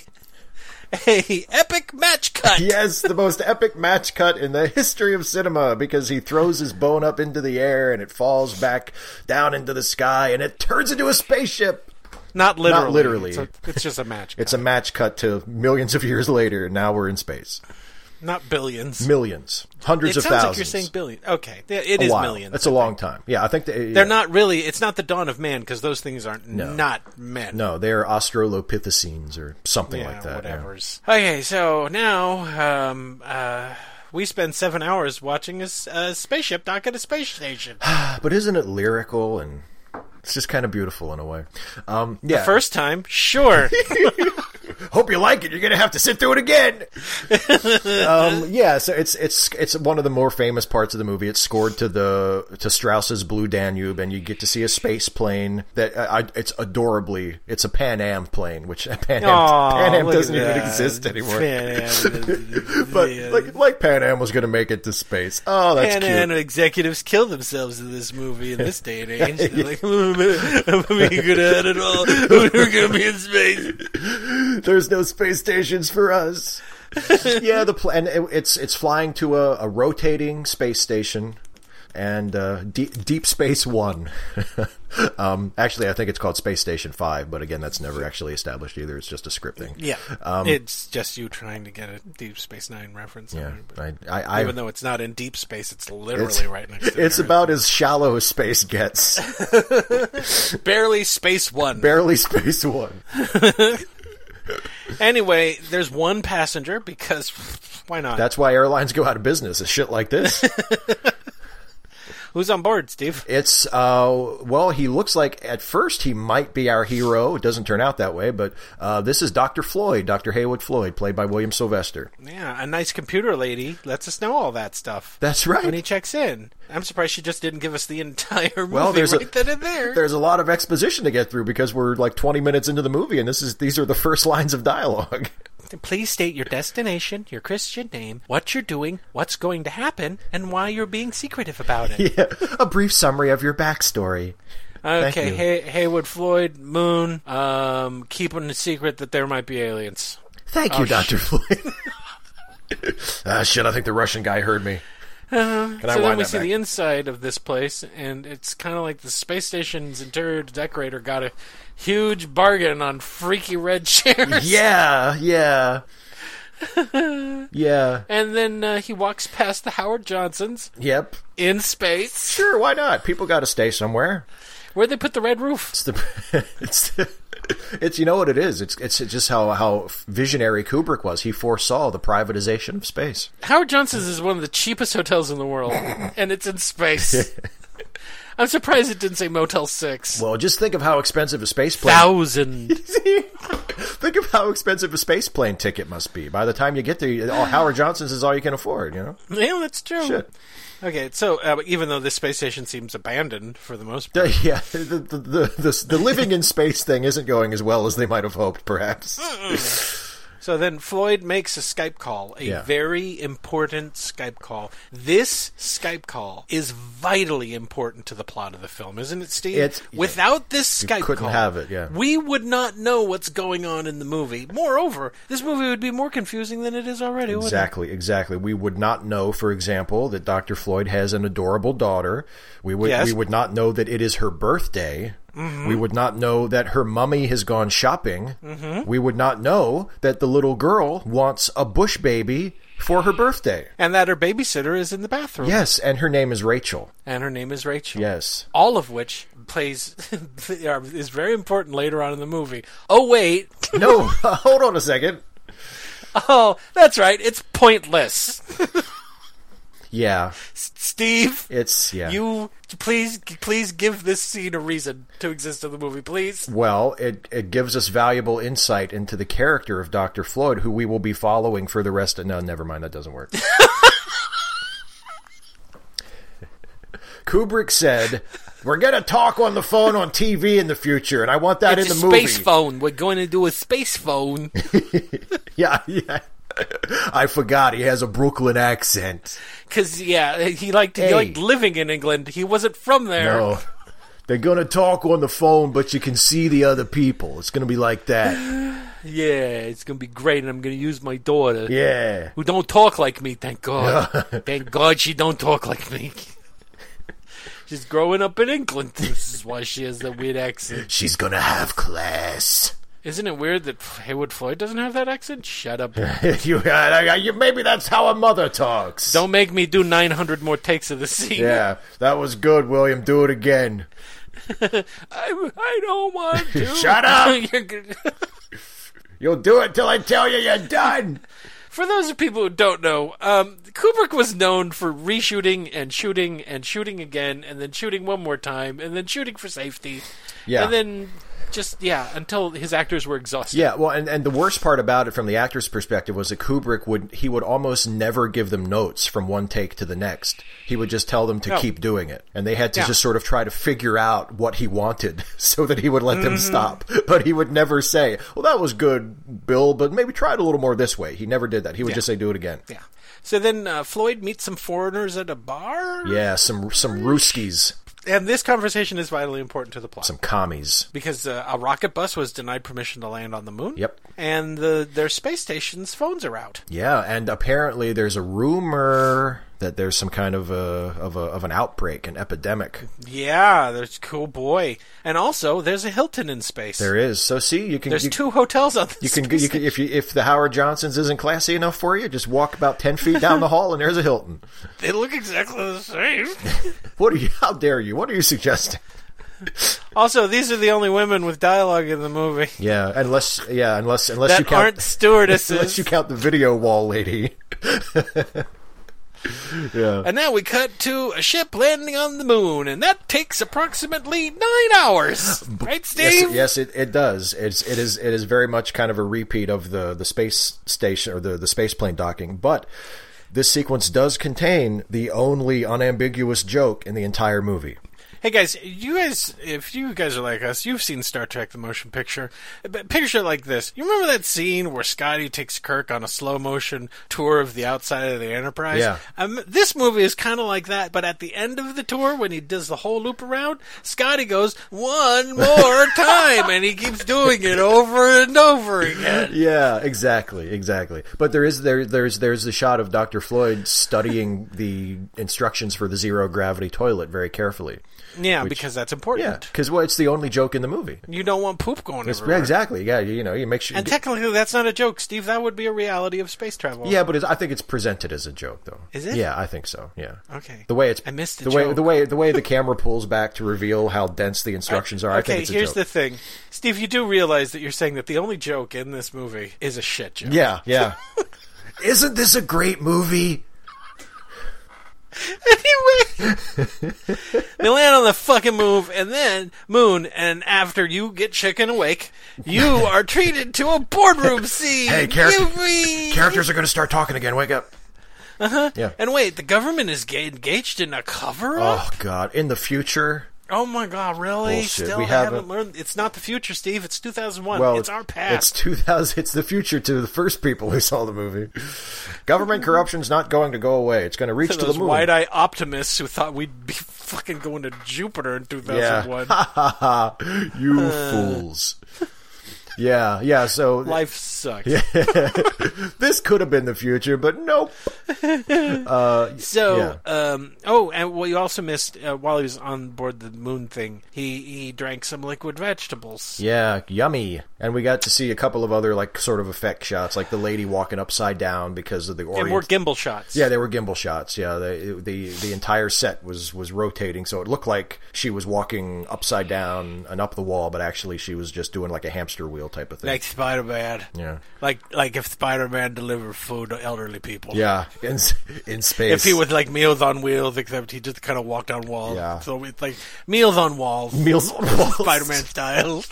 D: a epic match cut.
A: Yes, the most epic match cut in the history of cinema because he throws his bone up into the air and it falls back down into the sky and it turns into a spaceship.
D: Not literally.
A: literally.
D: It's, a- it's just a match.
A: It's a match cut to millions of years later, and now we're in space.
D: Not billions.
A: Millions, hundreds
D: it
A: of
D: sounds
A: thousands.
D: like you're saying billion. Okay, Yeah, it
A: a
D: is
A: while.
D: millions.
A: That's a long time. Yeah, I think they,
D: They're not really. It's not the dawn of man because those things aren't not men.
A: No, they're Australopithecines or something
D: yeah,
A: like that. yeah.
D: whatever's. Okay, so now um, uh, we spend seven hours watching a, s- a spaceship dock at a space station.
A: But isn't it lyrical and it's just kind of beautiful in a way? Um, yeah.
D: First time, sure.
A: hope you like it. You're gonna have to sit through it again. um, yeah, so it's it's it's one of the more famous parts of the movie. It's scored to the to Strauss's Blue Danube, and you get to see a space plane that uh, I, it's adorably. It's a Pan Am plane, which Pan Am,
D: Aw,
A: Pan Am
D: look at
A: doesn't even
D: that.
A: exist anymore.
D: Pan Am.
A: but
D: Yeah.
A: like like Pan Am was gonna make it to space. Oh, that's
D: Pan
A: cute.
D: Am executives kill themselves in this movie in this day and age. They're like, we could have had it all. We're gonna be in space.
A: There's no space stations for us. yeah, the pl- and it, it's it's flying to a, a rotating space station, and uh, deep, deep Space One. um, actually, I think it's called Space Station Five, but again, that's never actually established either. It's just a script thing.
D: Yeah,
A: Um,
D: it's just you trying to get a Deep Space Nine reference.
A: Yeah,
D: Yeah,
A: I, I, I
D: even though it's not in deep space, it's literally
A: it's,
D: right next. to
A: it's
D: Earth.
A: about as shallow as space gets.
D: barely space one.
A: Barely Space One.
D: anyway, there's one passenger because why not?
A: That's why airlines go out of business. Is shit like this.
D: Who's on board, Steve?
A: It's uh well, he looks like at first he might be our hero. It doesn't turn out that way, but uh, this is Doctor Floyd, Doctor Haywood Floyd, played by William Sylvester.
D: Yeah, a nice computer lady lets us know all that stuff
A: That's
D: when he
A: right.
D: checks in. I'm surprised she just didn't give us the entire movie
A: Well, there's a-
D: right then and there.
A: There's a lot of exposition to get through because we're like 20 minutes into the movie, and this is these are the first lines of dialogue.
D: Please state your destination, your Christian name, what you're doing, what's going to happen, and why you're being secretive about it.
A: yeah, a brief summary of your backstory.
D: okay,
A: you.
D: Hay- Haywood Floyd, Moon, um, keeping a secret that there might be aliens.
A: Thank you, Doctor Floyd. ah, shit! I think the Russian guy heard me. Can I
D: so then
A: wind
D: we
A: that
D: see
A: back?
D: the inside of this place, and it's kind of like the space station's interior decorator got a huge bargain on freaky red chairs.
A: Yeah, yeah, yeah.
D: And then uh, he walks past the Howard Johnsons
A: Yep.
D: in space,
A: Sure, why not? People got to stay somewhere.
D: where they put the red roof.
A: It's the it's the, it's you know what it is. It's it's just how how visionary Kubrick was. He foresaw the privatization of space.
D: Howard Johnson's is one of the cheapest hotels in the world, and it's in space. I'm surprised it didn't say Motel 6.
A: Well, just think of how expensive a space plane.
D: Thousand.
A: think of how expensive a space plane ticket must be. By the time you get there, all, Howard Johnson's is all you can afford. You know,
D: yeah, that's true.
A: Shit.
D: Okay, so uh, even though this space station seems abandoned for the most part,
A: yeah. The the the, the, the living in space thing isn't going as well as they might have hoped. Perhaps.
D: So then Floyd makes a Skype call, a
A: Yeah.
D: very important Skype call. This Skype call is vitally important to the plot of the film, isn't it, Steve?
A: It's-
D: Without this Skype
A: couldn't
D: call,
A: have it, yeah.
D: we would not know what's going on in the movie. Moreover, this movie would be more confusing than it is already. wouldn't it?
A: Exactly, exactly. We would not know, for example, that Dr. Floyd has an adorable daughter. We would
D: Yes. Mm-hmm.
A: we would not know that it is her birthday. We would not know that her mummy has gone shopping.
D: Mm-hmm.
A: We would not know that the little girl wants a bush baby for her birthday.
D: And that her babysitter is in the bathroom,
A: Yes, and her name is Rachel.
D: and her name is Rachel.
A: Yes.
D: All of which plays are- is very important later on in the movie. Oh wait,
A: No, hold on a second.
D: oh that's right, it's pointless.
A: Yeah,
D: Steve,
A: it's yeah.
D: You please, please give this scene a reason to exist in the movie, please.
A: Well, it, it gives us valuable insight into the character of Dr. Floyd, who we will be following for the rest of. No, never mind. That doesn't work. Kubrick said, We're going to talk on the phone on TV in the future, and I want that in the movie.
D: space phone. We're going to do a space phone.
A: Yeah, yeah. I forgot he has a Brooklyn accent.
D: Cause yeah, he liked
A: Hey.
D: he liked living in England. He wasn't from there.
A: No. Oh, They're going to talk on the phone, but you can see the other people. It's going to be like that.
D: Yeah, it's gonna be great, and I'm gonna use my daughter
A: Yeah.
D: who don't talk like me. Thank God. thank God she don't talk like me. She's growing up in England. This is why she has that weird accent.
A: She's going to have class.
D: Isn't it weird that Haywood Floyd doesn't have that accent? Shut up.
A: you, uh, you, maybe that's how a mother talks.
D: Don't make me do 900 more takes of the scene.
A: Yeah, that was good, William. Do it again.
D: I, I don't want to.
A: Shut up!
D: You're good-
A: You'll do it till I tell you you're done.
D: for those people who don't know, um, Kubrick was known for reshooting and shooting and shooting again and then shooting one more time and then shooting for safety.
A: Yeah.
D: And then just yeah, until his actors were exhausted.
A: Yeah, well, and, and the worst part about it from the actor's perspective was that Kubrick would he would almost never give them notes from one take to the next. He would just tell them to
D: No.
A: keep doing it, and they had to
D: Yeah.
A: just sort of try to figure out what he wanted so that he would let
D: Mm-hmm.
A: them stop. But he would never say, "Well, that was good, Bill, but maybe try it a little more this way." He never did that. He would just say, "Do it again."
D: Yeah. So then uh, Floyd meets some foreigners at a bar.
A: Yeah, some some Ruskies,
D: And this conversation is vitally important to the plot.
A: some commies.
D: because uh, a rocket bus was denied permission to land on the moon.
A: Yep.
D: And the their space station's phones are out.
A: Yeah, and apparently there's a rumor that there's some kind of a of a of an outbreak, an epidemic.
D: Yeah, there's cool boy. And also there's a Hilton in space.
A: There is. So see, you can
D: there's
A: you,
D: two hotels on this.
A: you can, you can if you if the Howard Johnsons isn't classy enough for you, just walk about ten feet down the hall and there's a Hilton.
D: they look exactly the same.
A: What are you? How dare you? What are you suggesting?
D: also, these are the only women with dialogue in the movie
A: Yeah, unless yeah, unless unless you
D: that
A: count
D: aren't stewardesses.
A: unless you count the video wall lady.
D: And now we cut to a ship landing on the moon, and that takes approximately nine hours. Right,
A: Yes,
D: Steve?
A: it- yes, it, it does. It's it is it is very much kind of a repeat of the the space station or the the space plane docking, but this sequence does contain the only unambiguous joke in the entire movie.
D: Hey guys, you guys, if you guys are like us, you've seen Star Trek: The Motion Picture. But picture it like this: You remember that scene where Scotty takes Kirk on a slow motion tour of the outside of the Enterprise?
A: Yeah.
D: Um, this movie is kind of like that, but at the end of the tour, when he does the whole loop around, Scotty goes one more time, and he keeps doing it over and over again.
A: Yeah, exactly, exactly. But there is there there's there's the shot of Dr. Floyd studying the instructions for the zero gravity toilet very carefully.
D: Yeah, because that's
A: Yeah,
D: important.
A: cuz well, it's the only joke in the movie.
D: You don't want poop going
A: It's,
D: everywhere.
A: yeah, exactly. Yeah, you know, you make sure
D: And technically, that's not a joke, Steve. That would be a reality of space travel.
A: Yeah, but it's, I think it's presented as a joke, though.
D: Is it?
A: Yeah, I think so. Yeah.
D: Okay.
A: The way it's
D: I missed the
A: the way
D: joke.
A: the way the way the camera pulls back to reveal how dense the instructions are. I
D: okay,
A: think it's a
D: here's
A: joke.
D: the thing, Steve. You do realize that you're saying that the only joke in this movie is a shit joke.
A: yeah, yeah. Isn't this a great movie?
D: Anyway, they land on the fucking moon, and then moon, and after you get chicken awake, you are treated to a boardroom scene.
A: Hey, charac-
D: Yippee!
A: Characters are going to start talking again. Wake up. Uh huh. Yeah.
D: Uh-huh. And wait, the government is ga- engaged in a cover up.
A: oh God! In the future.
D: Oh my god, really?
A: Bullshit,
D: Still,
A: we
D: I haven't,
A: haven't-
D: learned. It's not the future, Steve. It's 2001.
A: Well,
D: it's our past.
A: It's 2000. It's the future to the first people who saw the movie. Government corruption's not going to go away. It's going to reach
D: to
A: to,
D: those
A: the moon.
D: wide-eyed optimists who thought we'd be fucking going to Jupiter in 2001.
A: Yeah. you
D: Uh.
A: fools. Yeah, yeah. So
D: Life sucks.
A: this could have been the future, but nope.
D: So, um, oh, and what you also missed uh, while he was on board the moon thing, he he drank some liquid vegetables.
A: Yeah, yummy. And we got to see a couple of other like sort of effect shots, like the lady walking upside down because of the
D: And more
A: orient.
D: gimbal shots.
A: yeah, they were gimbal shots. Yeah, the, the the entire set was was rotating, so it looked like she was walking upside down and up the wall, but actually she was just doing like a hamster wheel type of thing.
D: like Spider Man.
A: Yeah.
D: like like if Spider Man delivered food to elderly people.
A: Yeah, in s- in space.
D: If he was like meals on wheels, except he just kind of walked on walls.
A: Yeah.
D: So it's like meals on walls,
A: meals on walls.
D: Spider Man style.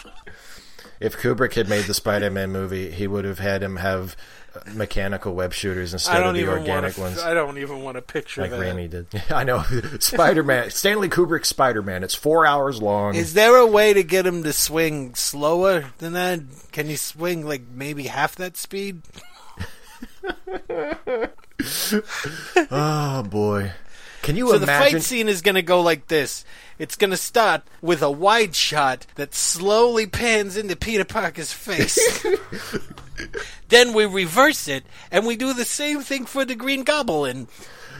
A: If Kubrick had made the Spider-Man movie, he would have had him have uh, mechanical web shooters
D: I
A: instead of
D: don't
A: the
D: even
A: organic
D: want
A: ones.
D: to. I don't even want to picture
A: like
D: that.
A: Raimi did. I know Spider-Man, Stanley Kubrick's Spider-Man. It's four hours long.
D: Is there a way to get him to swing slower than that? Can he swing like maybe half that speed?
A: oh boy, can you
D: So the
A: imagine?
D: fight scene is going to go like this. It's going to start with a wide shot that slowly pans into Peter Parker's face. then we reverse it and we do the same thing for the Green Goblin.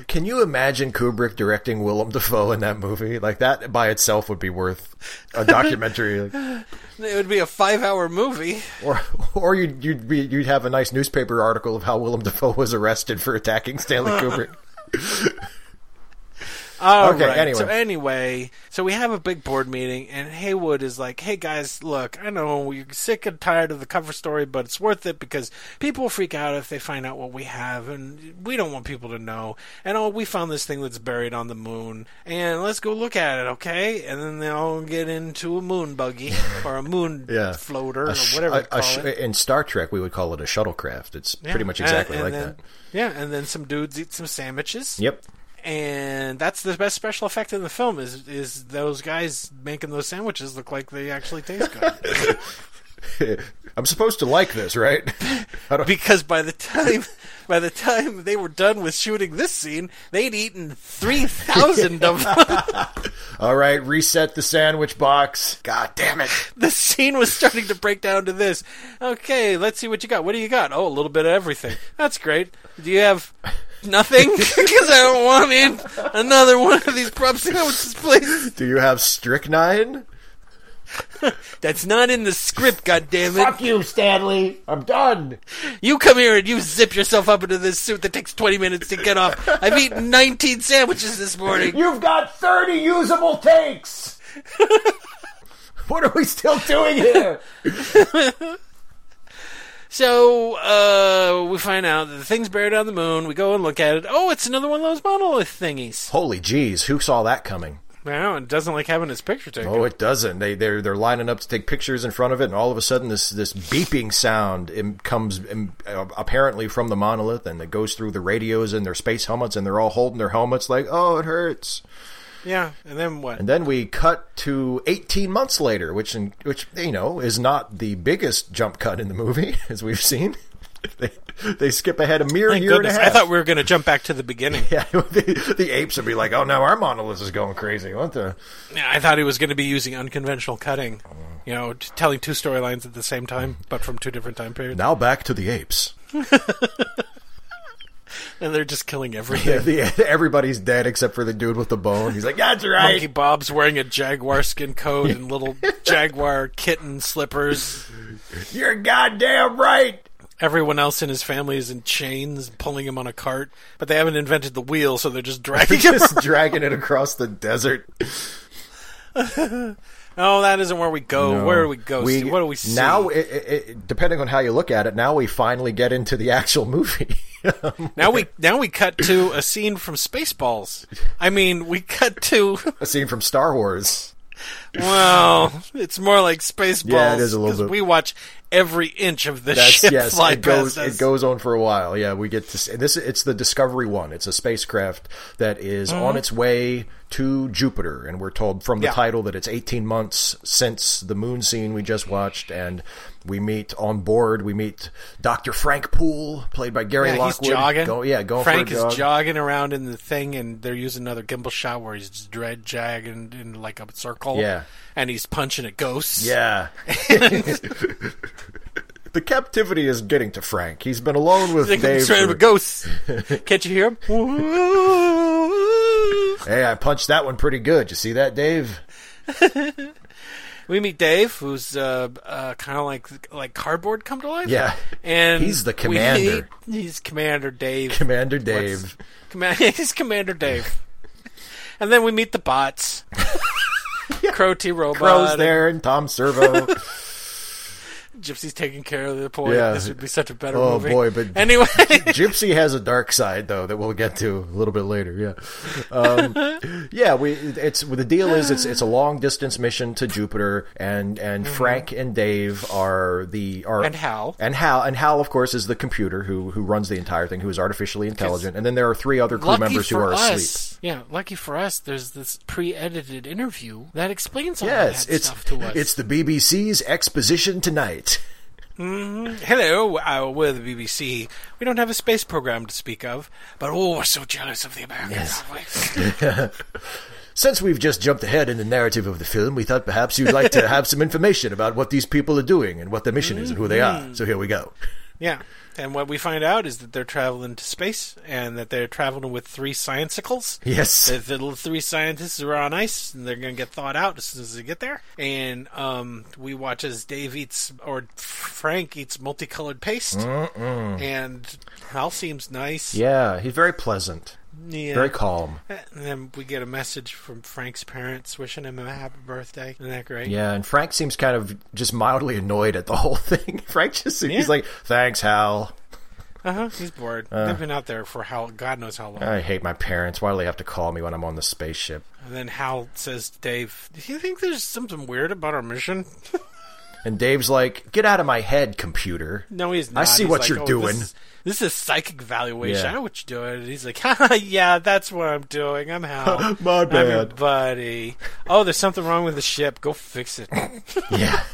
A: can you imagine Kubrick directing Willem Dafoe in that movie? Like that by itself would be worth a documentary. Like,
D: It would be a 5-hour movie.
A: or or you'd you'd be you'd have a nice newspaper article of how Willem Dafoe was arrested for attacking Stanley Kubrick.
D: All
A: Okay,
D: right.
A: anyway.
D: So anyway, so we have a big board meeting, and Haywood is like, "Hey guys, look, I know you're sick and tired of the cover story, but it's worth it because people freak out if they find out what we have, and we don't want people to know. And oh, we found this thing that's buried on the moon, and let's go look at it, okay? And then they all get into a moon buggy or a moon
A: Yeah.
D: floater
A: A
D: or
A: sh-
D: whatever.
A: a-
D: they call
A: a sh-
D: it.
A: In Star Trek, we would call it a shuttlecraft. It's
D: Yeah.
A: pretty much
D: And-
A: exactly
D: and
A: like
D: then-
A: that.
D: Yeah, and then some dudes eat some sandwiches.
A: Yep.
D: and that's the best special effect in the film is is those guys making those sandwiches look like they actually taste good.
A: I'm supposed to like this, right? I don't-
D: because by the time by the time they were done with shooting this scene, they'd eaten three thousand of them.
A: All right, reset the sandwich box. God damn it.
D: the scene was starting to break down to this. Okay, let's see what you got. What do you got? Oh, a little bit of everything. That's great. Do you have nothing? Because I don't want in another one of these prop sandwiches, please.
A: Do you have strychnine?
D: That's not in the script. God damn it.
A: you, Stanley. I'm done.
D: You come here and you zip yourself up into this suit that takes 20 minutes to get off. I've eaten 19 sandwiches this morning.
A: You've got 30 usable takes. what are we still doing here?
D: So, uh, we find out that the thing's buried on the moon. We go and look at it. Oh, it's another one of those monolith thingies.
A: Holy jeez, who saw that coming?
D: Wow, it doesn't like having its picture taken.
A: Oh, it doesn't. They they're they're lining up to take pictures in front of it, and all of a sudden this this beeping sound im- comes im- uh, apparently from the monolith, and it goes through the radios and their space helmets, and they're all holding their helmets like, oh, it hurts.
D: Yeah, and then what?
A: And then we cut to 18 months later, which in, which you know is not the biggest jump cut in the movie as we've seen. they, they skip ahead a mere
D: Thank
A: year
D: goodness.
A: and a
D: I
A: half.
D: thought we were going to jump back to the beginning.
A: yeah, the, the apes would be like, "Oh, now our monolith is going crazy." What the?
D: Yeah, I thought he was going to be using unconventional cutting.
A: Uh.
D: You know, t- telling two storylines at the same time, but from two different time periods.
A: Now back to the apes.
D: And they're just killing everything.
A: Yeah, the, everybody's dead except for the dude with the bone. He's like, "That's right."
D: Monkey Bob's wearing a jaguar skin coat and little jaguar kitten slippers.
A: You're goddamn right.
D: Everyone else in his family is in chains, pulling him on a cart, but they haven't invented the wheel, so they're just dragging him.
A: Just dragging it across the desert.
D: Oh, that isn't where we go. Where do we go?
A: We-
D: Steve? what do we see?
A: Now, it, it, it- depending on how you look at it, now we finally get into the actual movie.
D: now we now we cut to a scene from Spaceballs. I mean, we cut to
A: a scene from Star Wars.
D: well, it's more like Spaceballs.
A: Yeah, it is a little
D: 'cause
A: bit.
D: We watch every inch of this
A: That's
D: shit
A: yes,
D: fly
A: it goes.
D: past us.
A: It goes on for a while. Yeah, we get to see, and this. It's the Discovery One. It's a spacecraft that is on its way to Jupiter, and we're told from the
D: Mm-hmm. Yeah.
A: title that it's 18 months since the moon scene we just watched, and we meet on board. We meet Dr. Frank Poole, played by Gary
D: Yeah, he's
A: Lockwood.
D: jogging.
A: Go, yeah, going
D: Frank
A: for a jog.
D: is jogging around in the thing, and they're using another gimbal shot where he's just dread jagging in like a circle.
A: Yeah.
D: and he's punching at ghosts.
A: Yeah. the captivity is getting to Frank. He's been alone with
D: Think
A: Dave.
D: he's trying
A: for-
D: to ghosts. Can't you hear him?
A: Hey, I punched that one pretty good. You see that, Dave?
D: we meet Dave, who's uh, uh, kind of like like cardboard come to life.
A: Yeah.
D: and
A: He's the
D: we meet-
A: commander.
D: he's Commander Dave.
A: Commander Dave.
D: Command- he's Commander Dave. and then we meet the bots. Crow T robot.
A: Crow's
D: and-
A: there and Tom Servo.
D: Gypsy's taking care of the poor.
A: Yeah.
D: This would be such a better
A: Oh,
D: movie.
A: boy, but-
D: anyway,
A: Gypsy has a dark side though that we'll get to a little bit later. Yeah, um, yeah. We it's the deal is it's it's a long distance mission to Jupiter, and and Frank and Dave are the are
D: Mm-hmm. And Hal.
A: and Hal and Hal of course is the computer who who runs the entire thing, who is artificially intelligent, and then there are three other crew
D: lucky
A: members who
D: for
A: are asleep.
D: us, yeah, lucky for us, there's this pre-edited interview that explains all
A: Yes,
D: that
A: it's
D: stuff to us.
A: it's the BBC's exposition tonight.
D: hello, uh, we're the BBC. We don't have a space program to speak of, but oh, we're so jealous of the Americans. aren't we?
A: Since we've just jumped ahead in the narrative of the film, we thought perhaps you'd like to have some information about what these people are doing and what their mission is and who they are.
D: Mm-hmm.
A: So here we go.
D: yeah, and what we find out is that they're traveling to space and that they're traveling with three sciencicles.
A: Yes.
D: The, the little three scientists are on ice, and they're gonna get thawed out as soon as they get there. And um, we watch as Dave eats or Frank eats multicolored paste, and Hal seems nice.
A: Yeah, he's very pleasant.
D: Yeah.
A: Very calm.
D: And then we get a message from Frank's parents wishing him a happy birthday. Isn't that great?
A: Yeah, and Frank seems kind of just mildly annoyed at the whole thing. Frank just seems he's
D: Yeah.
A: like, "Thanks, Hal.
D: Uh huh. He's bored. They've been out there for how God knows how long.
A: I hate my parents. Why do they have to call me when I'm on the spaceship?"
D: and then Hal says, to "Dave, do you think there's something weird about our mission?"
A: And Dave's like, "Get out of my head, computer."
D: no, he's
A: I
D: not.
A: see
D: He's
A: what
D: like,
A: you're
D: "Oh,
A: doing."
D: This is, this is psychic valuation.
A: Yeah.
D: I know what you're doing. And he's like, "Haha, "Yeah, that's what I'm doing. I'm Hal.
A: My
D: I'm your
A: bad."
D: buddy. Oh, there's something wrong with the ship. Go fix it
A: yeah,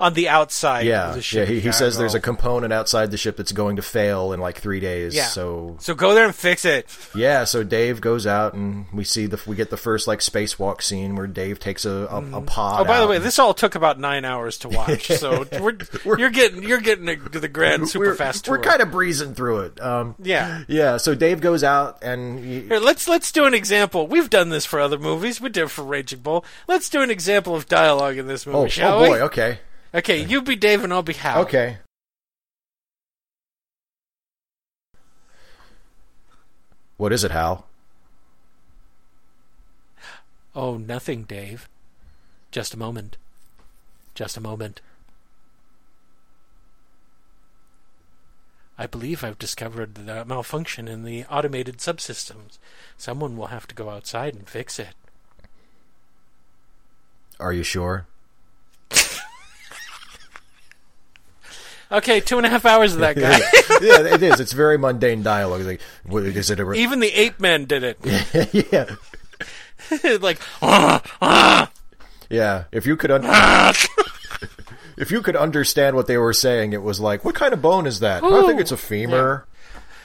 D: on the outside. of
A: yeah,
D: the ship.
A: yeah. He,
D: you
A: he
D: gotta
A: says there's
D: go.
A: a component outside the ship that's going to fail in like three days.
D: Yeah.
A: So
D: So go there and fix it.
A: yeah, so Dave goes out and we see the we get the first like spacewalk scene where Dave takes a a, a pod.
D: Oh, by the
A: out.
D: way, this all took about nine hours to watch. So we're, you're getting you're getting to the grand super
A: we're,
D: fast tour.
A: We're kind of breezing through it. Um,
D: Yeah.
A: yeah. So Dave goes out and he,
D: Here, let's let's do an example. We've done this for other movies. We did it for Raging Bull. Let's do an example of dialogue in this movie,
A: oh,
D: shall
A: oh boy,
D: we?
A: okay,
D: Okay, you be Dave and I'll be Hal.
A: okay. What is it, Hal?
D: Oh, nothing, Dave. Just a moment. Just a moment. I believe I've discovered the malfunction in the automated subsystems. Someone will have to go outside and fix it.
A: Are you sure?
D: Okay, two and a half hours of that guy.
A: yeah, it is. It's very mundane dialogue. Like, what, is it a? Re-
D: Even the ape man did it.
A: yeah,
D: like, "Ah."
A: yeah. If you could, un- if you could understand what they were saying, it was like, what kind of bone is that? I think
D: Ooh.
A: it's a femur.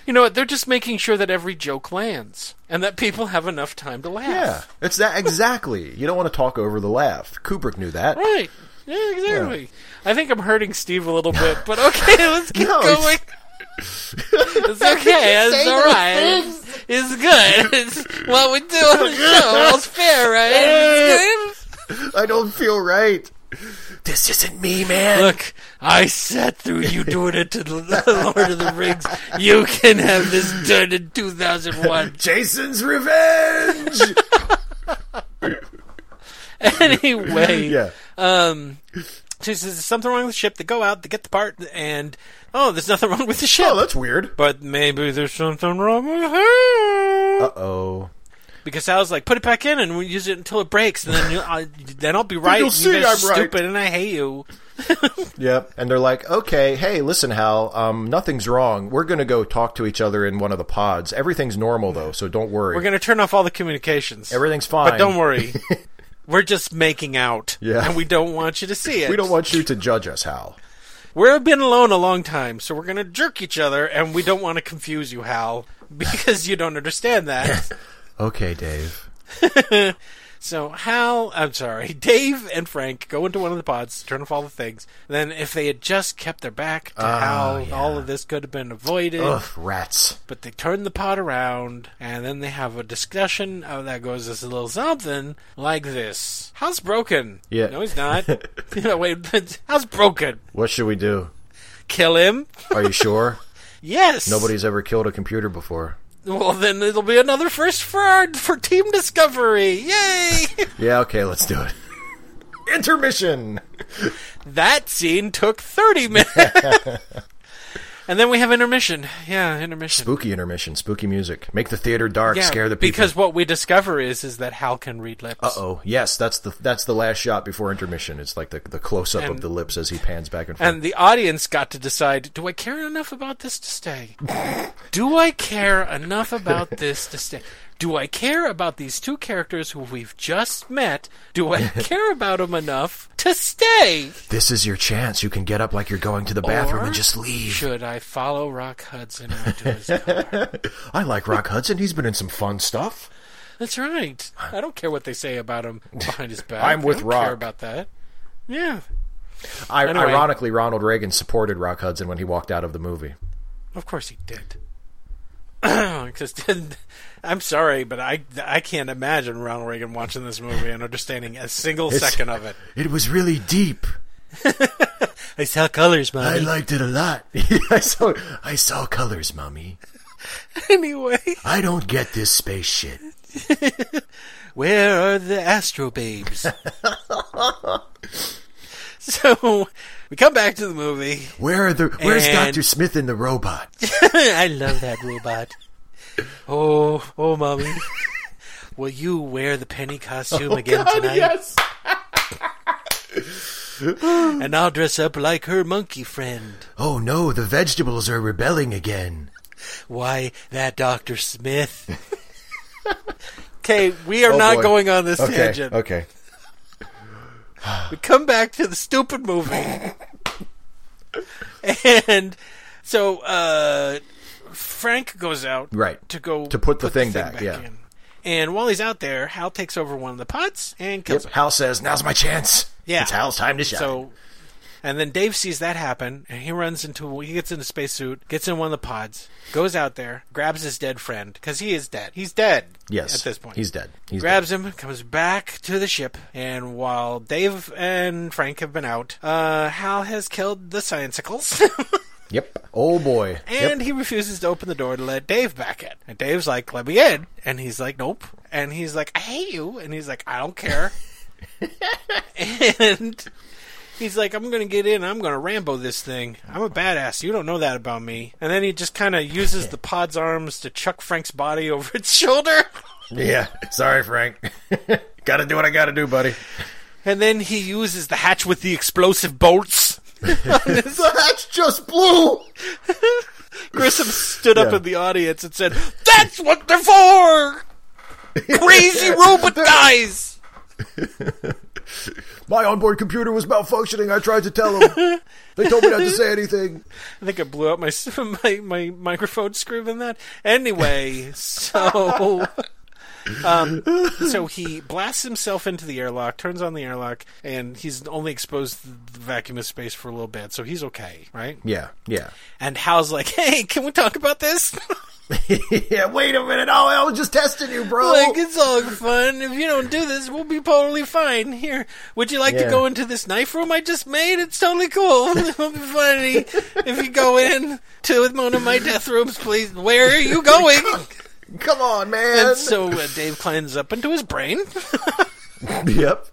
D: you know what? They're just making sure that every joke lands and that people have enough time to
A: Yeah,
D: laugh.
A: it's that exactly. You don't want to talk over the laugh. Kubrick knew that.
D: Right. Yeah, exactly. I think I'm hurting Steve a little bit, but okay, let's keep
A: No, it's-
D: going. It's okay. It's all right. It's, it's good. It's what we do on the show. All's fair, right? It's good.
A: I don't feel right. This isn't me, man.
D: Look, I sat through you doing it to the Lord of the Rings. You can have this done in 2001.
A: Jason's revenge.
D: anyway,
A: yeah.
D: um, she says there's something wrong with the ship. They go out, they get the part, and oh, there's nothing wrong with the ship.
A: Oh, that's weird.
D: but maybe there's something wrong with her.
A: Uh oh.
D: because I was like, put it back in and we'll use it until it breaks, and then you, I, then I'll be right.
A: you'll
D: and
A: see
D: you guys
A: I'm
D: are
A: right.
D: stupid, and I hate you.
A: Yep. And they're like, okay, hey, listen, Hal. Um, nothing's wrong. We're gonna go talk to each other in one of the pods. Everything's normal though, so don't worry.
D: We're gonna turn off all the communications.
A: Everything's fine.
D: But don't worry, we're just making out,
A: Yeah.
D: and we don't want you to see it.
A: We don't want you to judge us, Hal.
D: We've been alone a long time, so we're gonna jerk each other, and we don't want to confuse you, Hal, because you don't understand that.
A: Okay, Dave.
D: So Hal, I'm sorry, Dave and Frank go into one of the pods, turn off all the things. Then, if they had just kept their back to Hal, all of this could have been avoided.
A: Ah, Ugh, rats.
D: But they turn the pod around, and then they have a discussion of that goes as a little something like this: Hal's broken.
A: Yeah.
D: No, he's not. You know, Wait, Hal's broken.
A: What should we do?
D: Kill him.
A: Are you sure?
D: Yes.
A: Nobody's ever killed a computer before.
D: Well, then it'll be another first for our, for Team Discovery. Yay!
A: Yeah, okay, let's do it. Intermission.
D: that scene took 30 minutes. and then we have intermission. Yeah, intermission.
A: Spooky intermission, spooky music. Make the theater dark,
D: yeah,
A: scare the people.
D: Because what we discover is is that Hal can read lips.
A: oh, yes, that's the that's the last shot before intermission. It's like the the close up of
D: And-
A: the lips as he pans back and forth.
D: And the audience got to decide, do I care enough about this to stay? do I care enough about this to stay? Do I care about these two characters who we've just met? Do I care about them enough to stay?
A: this is your chance. You can get up like you're going to the bathroom and just leave.
D: Should I follow Rock Hudson out to his car?
A: I like Rock Hudson. He's been in some fun stuff.
D: That's right. I don't care what they say about him behind his back.
A: I'm with
D: I don't
A: Rock.
D: Care about that? Yeah,
A: I,
D: Anyway.
A: Ironically, Ronald Reagan supported Rock Hudson when he walked out of the movie.
D: of course he did. Because I'm sorry, but I I can't imagine Ronald Reagan watching this movie and understanding a single second of it.
A: It was really deep.
D: I sell colors,
A: I
D: man.
A: liked it a lot. I saw I saw colors, mommy.
D: anyway,
A: I don't get this space shit.
D: where are the Astro Babes? so we come back to the movie.
A: Where are the Where's
D: And-
A: Doctor Smith and the robot?
D: I love that robot. Oh, oh, mommy. Will you wear the penny costume again tonight?
A: Oh, yes.
D: And I'll dress up like her monkey friend.
A: Oh no, the vegetables are rebelling again.
D: Why, that Dr. Smith. okay, we are not
A: Oh, boy.
D: going on this
A: Okay.
D: tangent.
A: Okay.
D: We come back to the stupid movie. and so uh, Frank goes out
A: Right.
D: to go
A: To put the thing back, yeah.
D: in. And while he's out there, Hal takes over one of the pots and kills
A: Yep. Hal says, "Now's my chance."
D: Yeah.
A: It's Hal's time to shine.
D: So, and then Dave sees that happen, and he runs into he gets in a spacesuit, gets in one of the pods, goes out there, grabs his dead friend because he is dead. He's dead.
A: yes.
D: at this point
A: he's dead. He's
D: grabs him, comes back to the ship, and while Dave and Frank have been out, uh, Hal has killed the sciencicles.
A: dead. Yep. Oh boy.
D: And he refuses to open the door to let Dave back in. And Dave's like, let me in. And he's like, nope. And he's like, I hate you. And he's like, I don't care. and he's like, I'm going to get in. I'm going to Rambo this thing. I'm a badass. You don't know that about me. And then he just kind of uses the pod's arms to chuck Frank's body over its shoulder.
A: Yep. Yeah. Sorry, Frank. got to do what I got to do, buddy.
D: And then he uses the hatch with the explosive bolts.
A: the hatch just blew.
D: Grissom stood up
A: Yeah.
D: in the audience and said, That's what they're for! Crazy robot guys!
A: My onboard computer was malfunctioning. I tried to tell him. they told me not to say anything.
D: I think I blew out my s- my, my microphone screw in that. Anyway, so um, so he blasts himself into the airlock, turns on the airlock, and he's only exposed to the vacuum of space for a little bit, so he's okay, right?
A: Yeah. Yeah.
D: And Hal's like, "Hey, can we talk about this?
A: yeah. Wait a minute. Oh, I was just testing you, bro.
D: like, it's all fun. If you don't do this, we'll be totally fine. Here, would you like to
A: Yeah.
D: go into this knife room I just made? It's totally cool. It'll be funny if you go in to one of my death rooms, please. Where are you going?"
A: Come on, man.
D: And so uh, Dave climbs up into his brain
A: yep.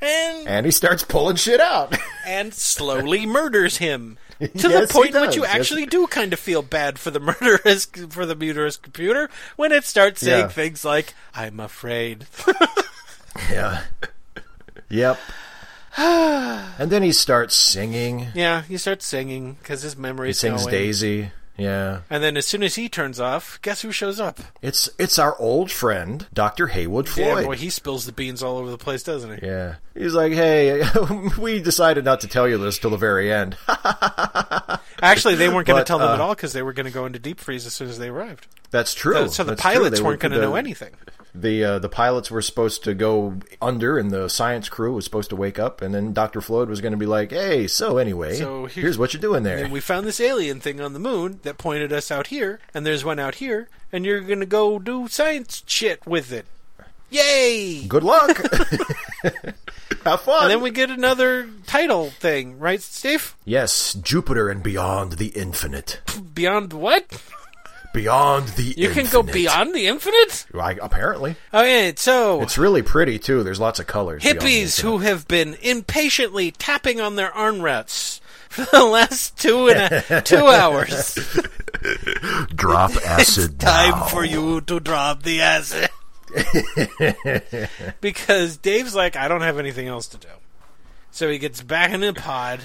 D: and
A: And he starts pulling shit out.
D: and slowly murders him to
A: Yes,
D: the
A: he
D: point in which
A: does.
D: you
A: Yes.
D: actually do kind of feel bad for the murderous for the murderous computer when it starts saying
A: Yeah.
D: things like "I'm afraid."
A: yeah. Yep. and then he starts singing.
D: yeah, he starts singing because his memory
A: He sings Daisy. Yeah.
D: And then as soon as he turns off, guess who shows up?
A: It's it's our old friend, Dr. Haywood
D: Yeah,
A: Floyd.
D: boy, he spills the beans all over the place, doesn't he?
A: Yeah. He's like, hey, we decided not to tell you this till the very end.
D: Actually, they weren't going to
A: But,
D: tell them
A: uh,
D: at all because they were going to go into deep freeze as soon as they arrived.
A: That's true.
D: so the
A: That's true.
D: pilots
A: They
D: weren't going to
A: the-
D: know anything.
A: The uh, the pilots were supposed to go under, and the science crew was supposed to wake up, and then Doctor Floyd was going to be like, "Hey, so anyway,
D: So here-
A: here's what you're doing there."
D: And we found this alien thing on the moon that pointed us out here, and there's one out here, and you're gonna go do science shit with it. Yay!
A: Good luck. Have fun.
D: And then we get another title thing, right, Steve?
A: yes, Jupiter and beyond the infinite,
D: Beyond what?
A: beyond the
D: You can go beyond the infinite?
A: I, apparently,
D: Okay, so
A: it's really pretty too. There's lots of colors. beyond the
D: hippies
A: infinite.
D: who have been impatiently tapping on their armrests for the last two and a, two hours.
A: drop acid
D: time for you to drop the acid. because Dave's like, I don't have anything else to do. So he gets back in the pod,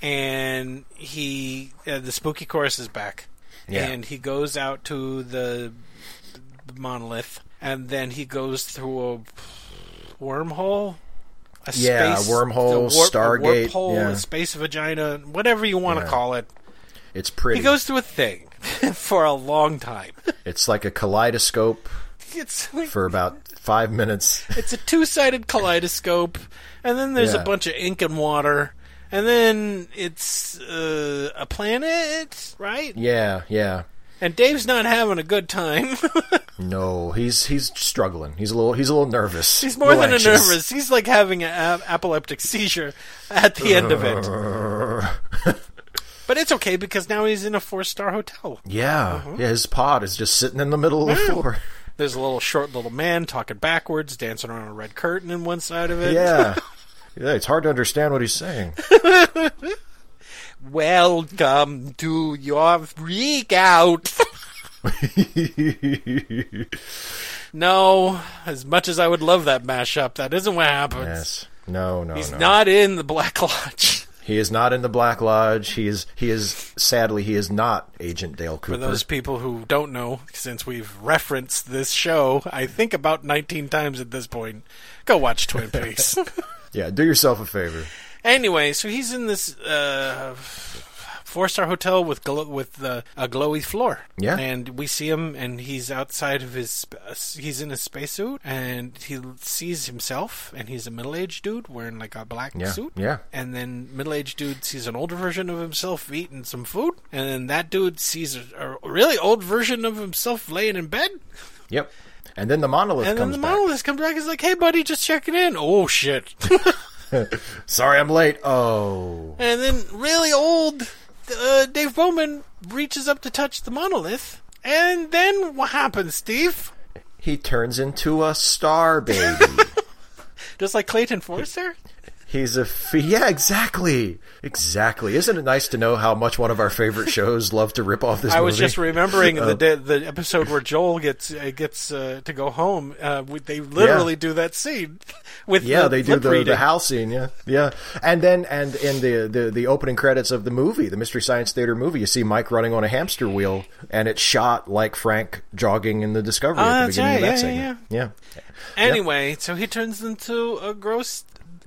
D: and he uh, the spooky chorus is back,
A: Yeah.
D: and he goes out to the, the monolith, and then he goes through a wormhole. A
A: Yeah,
D: space,
A: wormhole,
D: the warp-
A: Stargate,
D: a warp
A: yeah.
D: a space vagina, whatever you want to
A: Yeah.
D: call it.
A: It's pretty.
D: He goes through a thing for a long time.
A: It's like a kaleidoscope
D: It's like,
A: for about five minutes.
D: it's a two-sided kaleidoscope, and then there's
A: Yeah.
D: a bunch of ink and water, and then it's uh, a planet, right?
A: yeah, yeah.
D: And Dave's not having a good time.
A: No, he's he's struggling. He's a little he's a little nervous.
D: He's more than
A: anxious.
D: a nervous. He's like having an a- epileptic seizure at the end of it. But it's okay because now he's in a four star hotel.
A: Yeah,
D: Uh-huh.
A: yeah. His pod is just sitting in the middle of the floor.
D: There's a little short little man talking backwards, dancing around a red curtain in one side of it.
A: Yeah. Yeah, it's hard to understand what he's saying.
D: Welcome to your freak out. no, as much as I would love that mashup, that isn't what happens.
A: yes. No, no,
D: He's
A: no.
D: not in the Black Lodge.
A: he is not in the Black Lodge. He is he is sadly he is not Agent Dale Cooper.
D: For those people who don't know, since we've referenced this show, I think about 19 times at this point. Go watch Twin Peaks.
A: Yeah, do yourself a favor.
D: anyway, so he's in this uh, four-star hotel with glo- with uh, a glowy floor.
A: Yeah.
D: and we see him, and he's outside of his. sp- uh, he's in a spacesuit, and he sees himself, and he's a middle-aged dude wearing like a black
A: Yeah,
D: suit.
A: yeah.
D: and then middle-aged dude sees an older version of himself eating some food, and then that dude sees a, a really old version of himself laying in bed.
A: Yep. And then the monolith
D: And then
A: comes
D: the
A: back.
D: monolith comes back. He's like, "Hey, buddy, just checking in." Oh shit!
A: Sorry, I'm late. Oh.
D: And then really old uh, Dave Bowman reaches up to touch the monolith. And then what happens, Steve?
A: He turns into a star baby.
D: Just like Clayton Forrester?
A: He's a fe- yeah, exactly, exactly. Isn't it nice to know how much one of our favorite shows love to rip off this?
D: I was
A: movie? Uh,
D: just remembering the the the episode where Joel gets uh, gets uh, to go home. Uh, we- they literally
A: Yeah.
D: do that scene with
A: Yeah,
D: the
A: they do
D: lip
A: the,
D: reading.
A: the house scene. Yeah, yeah, and then and in the, the the opening credits of the movie, the Mystery Science Theater movie, you see Mike running on a hamster wheel, and it's shot like Frank jogging in the Discovery
D: Oh,
A: at the
D: that's
A: beginning
D: right.
A: of that
D: Yeah, yeah,
A: segment. Yeah,
D: Anyway, so he turns into a gross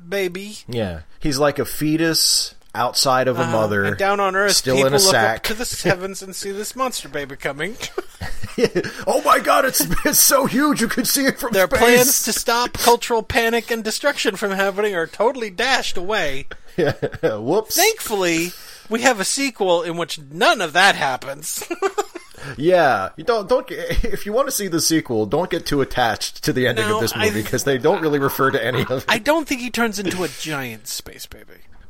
D: baby.
A: yeah, He's like a fetus outside of a mother,
D: Uh-huh. And down on Earth,
A: still
D: people
A: in a
D: look
A: sack.
D: up to the heavens and see this monster baby coming.
A: oh my God, it's it's so huge you can see it from
D: Their
A: space.
D: plans to stop cultural panic and destruction from happening are totally dashed away.
A: Whoops.
D: Thankfully, we have a sequel in which none of that happens.
A: Yeah, you don't don't get- if you want to see the sequel, don't get too attached to the ending
D: No,
A: of this
D: I-
A: movie because they don't really refer to any of it.
D: I don't think he turns into a giant space baby.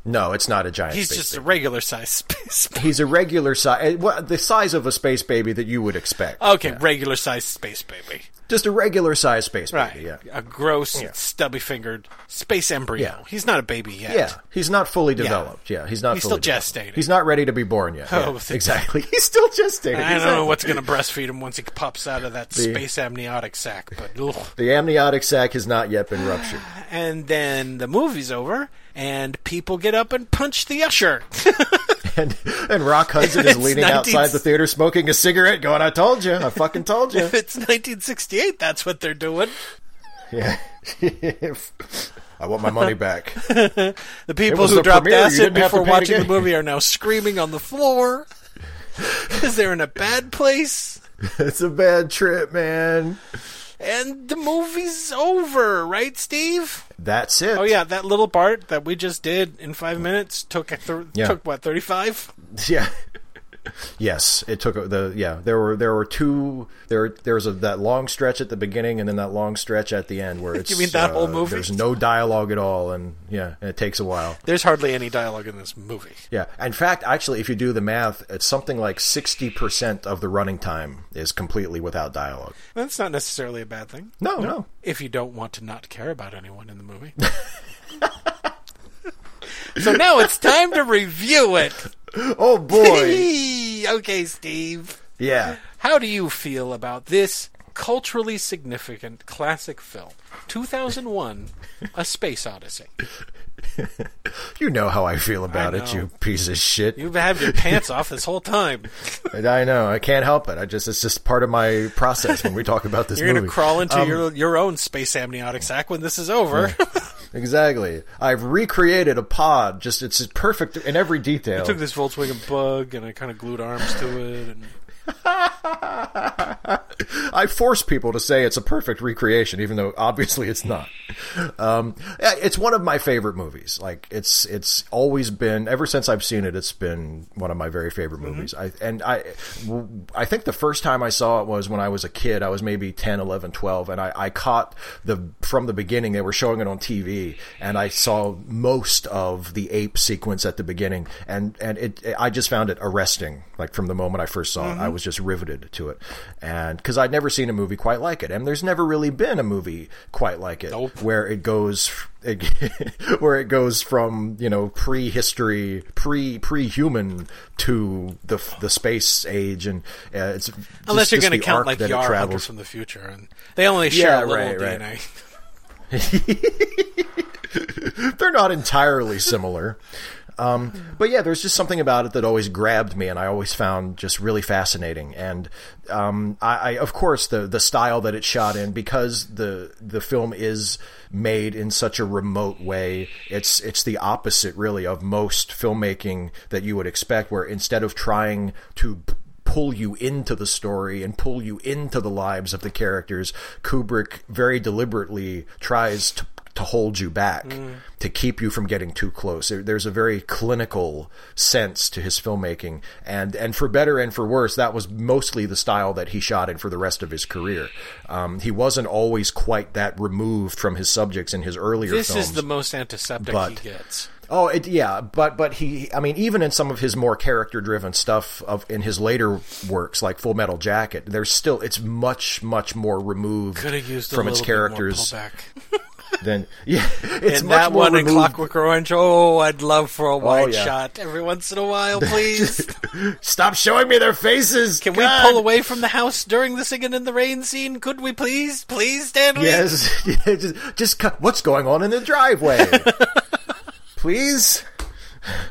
A: no, it's not a giant.
D: He's
A: space
D: just
A: baby.
D: a regular sized space. baby.
A: he's a regular size, the size of a space baby that you would expect.
D: Okay, regular sized space baby.
A: just a regular size space
D: Right.
A: baby. Yeah,
D: A gross, stubby fingered space embryo.
A: Yeah.
D: He's not a baby yet.
A: yeah. He's not fully developed. Yeah, he's not.
D: He's
A: fully
D: still
A: developed.
D: gestating.
A: He's not ready to be born yet.
D: Oh,
A: Yeah,
D: thank-
A: exactly. He's still gestating.
D: I don't know
A: Exactly.
D: what's going to breastfeed him once he pops out of that space amniotic sac, but ugh.
A: The amniotic sac has not yet been ruptured.
D: and then the movie's over, and people get up and punch the usher.
A: And, and Rock Hudson is
D: It's
A: leaning
D: 19
A: outside the theater smoking a cigarette going, I told you. I fucking told you.
D: if it's 1968, that's what they're doing.
A: Yeah. I want my money back.
D: The people
A: was
D: who
A: the
D: dropped
A: premiere, you
D: acid
A: didn't have to
D: before
A: pay
D: watching
A: to
D: the
A: get-
D: movie are now screaming on the floor because they're in a bad place.
A: it's a bad trip, man.
D: And the movie's over, right, Steve?
A: That's it.
D: Oh yeah, that little part that we just did in five minutes took a thir-
A: Yeah.
D: took what thirty five.
A: Yeah. Yes, it took the yeah. There were there were two there there was a, that long stretch at the beginning and then that long stretch at the end where it's uh,
D: mean that whole movie?
A: There's no dialogue at all and yeah, and it takes a while.
D: There's hardly any dialogue in this movie.
A: Yeah. In fact, actually, if you do the math, it's something like sixty percent of the running time is completely without dialogue.
D: That's not necessarily a bad thing
A: No, no.
D: if you don't want to not care about anyone in the movie. so now it's time to review it.
A: Oh boy.
D: okay, Steve.
A: yeah.
D: How do you feel about this culturally significant classic film, 2001, A Space Odyssey?
A: You know how I feel about
D: I
A: it,
D: know.
A: you piece of shit.
D: You've had your pants off this whole time.
A: I know. I can't help it. I just it's just part of my process when we talk about this
D: You're going
A: movie. Um,
D: to crawl into your your own space amniotic sac when this is over.
A: exactly. I've recreated a pod. Just it's perfect in every detail.
D: Took this Volkswagen bug and I kind of glued arms to it. And
A: I force people to say it's a perfect recreation, even though obviously it's not. Um, yeah, it's one of my favorite movies. Like it's it's always been ever since I've seen it. It's been one of my very favorite movies. I and I I think the first time I saw it was when I was a kid. I was maybe 10, 11, 12, and I, I caught the from the beginning they were showing it on TV, and I saw most of the ape sequence at the beginning, and and it I just found it arresting. Like from the moment I first saw it,
D: Mm-hmm.
A: I was just riveted to it, and because I'd never seen a movie quite like it, and there's never really been a movie quite like it
D: Nope.
A: where it goes it, where it goes from you know prehistory pre pre-human to the the space age and uh, it's
D: Unless
A: just- just
D: you're going
A: the
D: to count
A: arc
D: like
A: that it
D: Yar Hunters
A: travels
D: from the future, and they only share
A: Yeah,
D: a little
A: right, right.
D: DNA.
A: they're not entirely similar um, but yeah there's just something about it that always grabbed me and i always found just really fascinating and um, I, I of course the the style that it's shot in because the the film is made in such a remote way it's it's the opposite really of most filmmaking that you would expect where instead of trying to p- pull you into the story and pull you into the lives of the characters kubrick very deliberately tries to to hold you back,
D: Mm.
A: to keep you from getting too close. There, there's a very clinical sense to his filmmaking, and and for better and for worse, that was mostly the style that he shot in for the rest of his career. Um, he wasn't always quite that removed from his subjects in his earlier
D: This
A: films.
D: is the most antiseptic
A: But-
D: he gets.
A: Oh, it, yeah, but but he, I mean, even in some of his more character-driven stuff of in his later works, like Full Metal Jacket, there's still it's much much more removed
D: Could have used a
A: from its
D: little bit more
A: characters
D: pullback.
A: than yeah, it's
D: and
A: much
D: that
A: more
D: one in
A: removed.
D: Clockwork Orange. Oh, I'd love for a wide
A: yeah.
D: shot every once in a while, please.
A: Stop showing me their faces.
D: Can we pull away from the house during the singing in the rain scene? Could we please, please, Stanley?
A: Yes. Yeah, just, just cut. What's going on in the driveway? Please.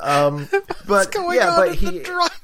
A: Um, but
D: Going
A: yeah,
D: on
A: but
D: in
A: he.
D: the drive.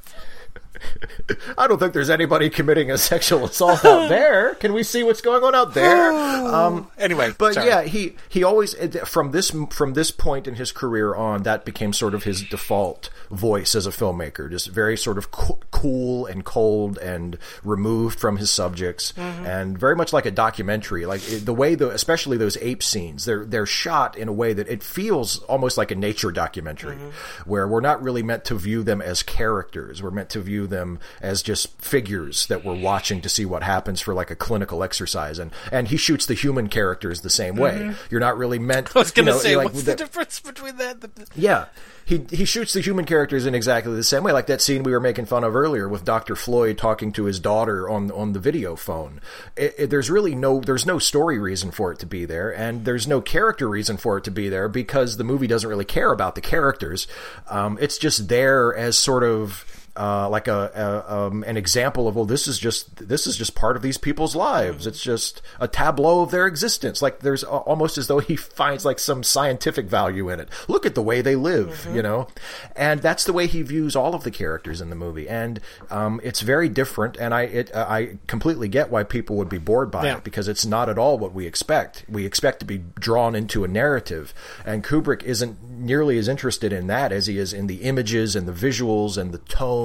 A: I don't think there's anybody committing a sexual assault out there. Can we see what's going on out there? Um,
D: Anyway,
A: but
D: sorry.
A: yeah, he he always uh, from this from this point in his career on, that became sort of his default voice as a filmmaker, just very sort of co- cool and cold and removed from his subjects, and very much like a documentary. Like it, the way the especially those ape scenes, they're they're shot in a way that it feels almost like a nature documentary,
D: Mm-hmm.
A: where we're not really meant to view them as characters. We're meant to view them as just figures that we're watching to see what happens for like a clinical exercise. And and he shoots the human characters the same way. You're not really meant.
D: Mm-hmm. I was going to
A: you know,
D: say,
A: like,
D: what's the,
A: that-
D: difference between that? and the-
A: yeah. He, he shoots the human characters in exactly the same way, like that scene we were making fun of earlier with Dr. Floyd talking to his daughter on on the video phone. It, it- there's really no there's no story reason for it to be there, and there's no character reason for it to be there because the movie doesn't really care about the characters. Um, it's just there as sort of uh, like a, a um, an example of well, this is just this is just part of these people's lives. It's just a tableau of their existence. Like there's a- almost as though he finds like some scientific value in it. Look at the way they live, you know, and that's the way he views all of the characters in the movie. And um, it's very different. And I it, I completely get why people would be bored by
D: Yeah.
A: it because it's not at all what we expect. We expect to be drawn into a narrative, and Kubrick isn't nearly as interested in that as he is in the images and the visuals and the tone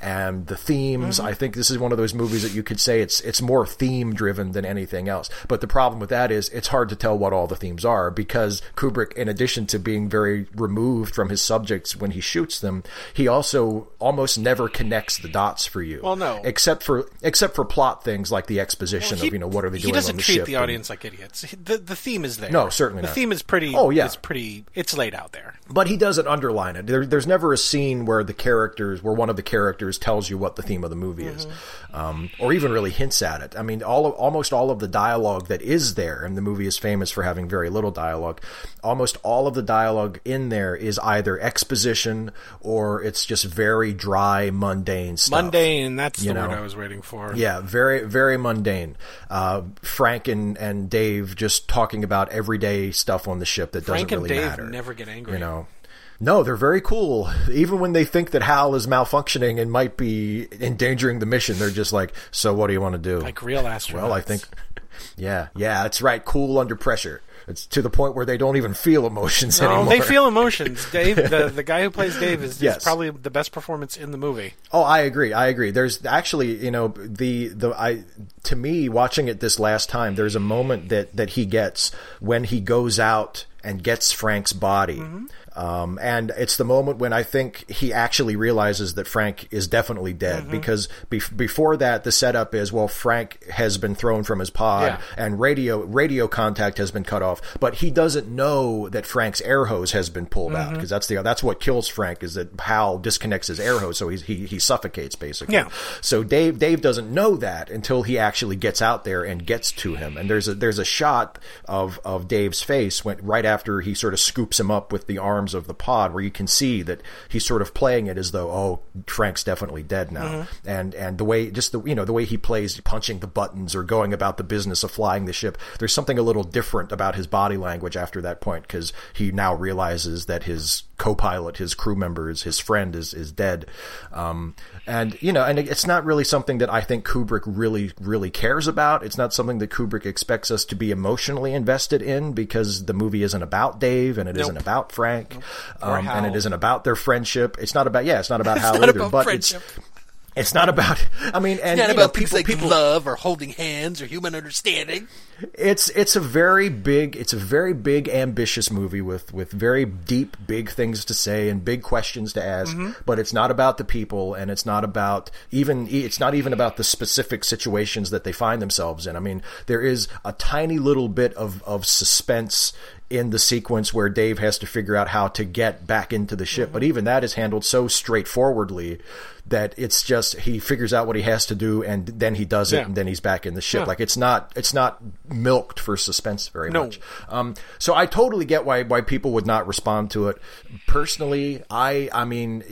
A: and the themes.
D: Mm-hmm.
A: I think this is one of those movies that you could say it's it's more theme driven than anything else. But the problem with that is it's hard to tell what all the themes are because Kubrick, in addition to being very removed from his subjects when he shoots them, he also almost never connects the dots for you.
D: Well, no.
A: except for except for plot things like the exposition of you know what are they
D: he
A: doing
D: doesn't
A: on the
D: treat
A: ship
D: the
A: and-
D: audience like idiots. He- The, the theme is there.
A: No, certainly
D: the
A: not.
D: theme is pretty.
A: Oh, yeah.
D: it's pretty. It's laid out there.
A: but he doesn't underline it. There, there's never a scene where the characters, where one of the characters tells you what the theme of the movie is, um, or even really hints at it. I mean, all of, almost all of the dialogue that is there, and the movie is famous for having very little dialogue. Almost all of the dialogue in there is either exposition or it's just very dry, mundane stuff.
D: Mundane. That's the
A: You
D: word
A: know.
D: I was waiting for.
A: Yeah, very very mundane. Uh, Frank and, and Dave just talking about everyday stuff on the ship that
D: Frank
A: doesn't
D: and
A: really
D: Dave
A: matter.
D: never get angry.
A: You know. No, they're very cool. Even when they think that Hal is malfunctioning and might be endangering the mission, they're just like, "So what do you want to do?"
D: like real astronauts.
A: well, I think, yeah, yeah, that's right. Cool under pressure. It's to the point where they don't even feel emotions
D: No,
A: anymore.
D: they feel emotions. Dave, the, the guy who plays Dave, is,
A: Yes.
D: is probably the best performance in the movie.
A: Oh, I agree. I agree. There's actually, you know, the the I to me watching it this last time, there's a moment that that he gets when he goes out and gets Frank's body. Um, and it's the moment when I think he actually realizes that Frank is definitely dead
D: Mm-hmm.
A: because bef before that, the setup is well, Frank has been thrown from his pod
D: Yeah.
A: and radio radio contact has been cut off, but he doesn't know that Frank's air hose has been pulled
D: Mm-hmm.
A: out because that's the that's what kills Frank is that Hal disconnects his air hose, so he's, he he suffocates basically.
D: Yeah.
A: So Dave Dave doesn't know that until he actually gets out there and gets to him. And there's a there's a shot of of Dave's face when right after he sort of scoops him up with the arms of the pod, where you can see that he's sort of playing it as though oh Frank's definitely dead now. And and the way just the you know the way he plays punching the buttons or going about the business of flying the ship, there's something a little different about his body language after that point because he now realizes that his co-pilot, his crew member, is his friend is is dead, um, and you know, and it- it's not really something that I think Kubrick really really cares about. It's not something that Kubrick expects us to be emotionally invested in because the movie isn't about Dave and it not about Frank, um, and it
D: Hal.
A: isn't about their friendship. It's not about yeah, it's not about how
E: not
A: either,
E: about
A: but
E: friendship.
A: it's. It's not about. I mean, and
E: Not
A: you know,
E: about things
A: people,
E: like
A: people
E: love or holding hands or human understanding.
A: it's it's a very big it's a very big ambitious movie with with very deep big things to say and big questions to ask but it's not about the people and it's not about even e, it's not even about the specific situations that they find themselves in i mean there is a tiny little bit of of suspense in the sequence where Dave has to figure out how to get back into the ship. But even that is handled so straightforwardly that it's just he figures out what he has to do and then he does it
D: Yeah.
A: and then he's back in the ship. Like it's not it's not milked for suspense very
D: No.
A: much. Um, so I totally get why why people would not respond to it. Personally, I I mean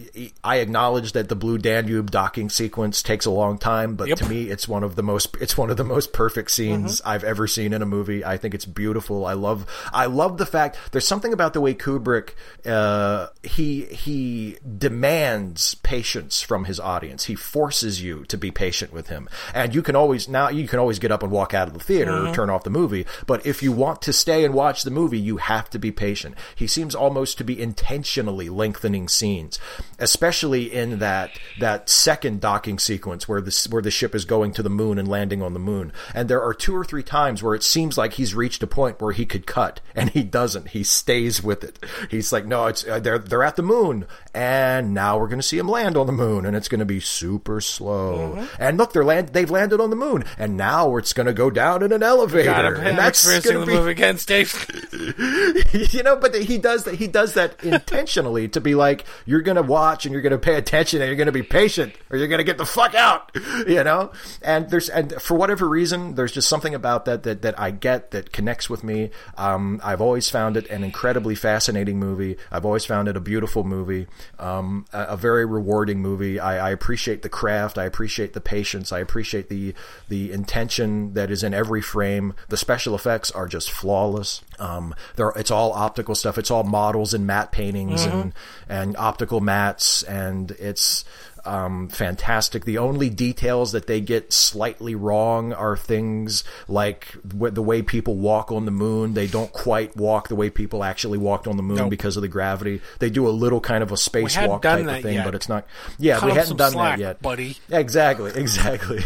A: I acknowledge that the Blue Danube docking sequence takes a long time, but
D: Yep.
A: to me it's one of the most it's one of the most perfect scenes I've ever seen in a movie. I think it's beautiful. I love I love the fact there's something about the way Kubrick uh, he he demands patience from his audience. He forces you to be patient with him, and you can always now you can always get up and walk out of the theater or turn off the movie. But if you want to stay and watch the movie, you have to be patient. He seems almost to be intentionally lengthening scenes, especially in that that second docking sequence where the where the ship is going to the moon and landing on the moon. And there are two or three times where it seems like he's reached a point where he could cut, and he doesn't. He stays with it. He's like, no, it's uh, they're they're at the moon, and now we're going to see him land on the moon, and it's going to be super slow. And look, they're land they've landed on the moon, and now it's going to go down in an elevator,
D: God, I'm,
A: and
D: I'm
A: that's
D: experiencing
A: going
D: the
A: to be
D: movie again, Dave.
A: you know, but he does that. He does that intentionally to be like, you're going to watch and you're going to pay attention and you're going to be patient or you're going to get the fuck out, you know. And there's and for whatever reason, there's just something about that that that I get that connects with me. Um, I've always found it an incredibly fascinating movie. I've always found it a beautiful movie, um, a, a very rewarding movie. I, I appreciate the craft. I appreciate the patience. I appreciate the the intention that is in every frame. The special effects are just flawless. Um, there, it's all optical stuff. It's all models and matte paintings
D: Mm-hmm.
A: and and optical mats, and it's um, fantastic. The only details that they get slightly wrong are things like w- the way people walk on the moon. They don't quite walk the way people actually walked on the moon because of the gravity. They do a little kind of a spacewalk
D: hadn't
A: type
D: done
A: of
D: that
A: thing,
D: yet.
A: but it's not. Yeah,
D: Cut
A: we
D: off
A: hadn't
D: some
A: done
D: slack,
A: that yet,
D: buddy.
A: Exactly, exactly.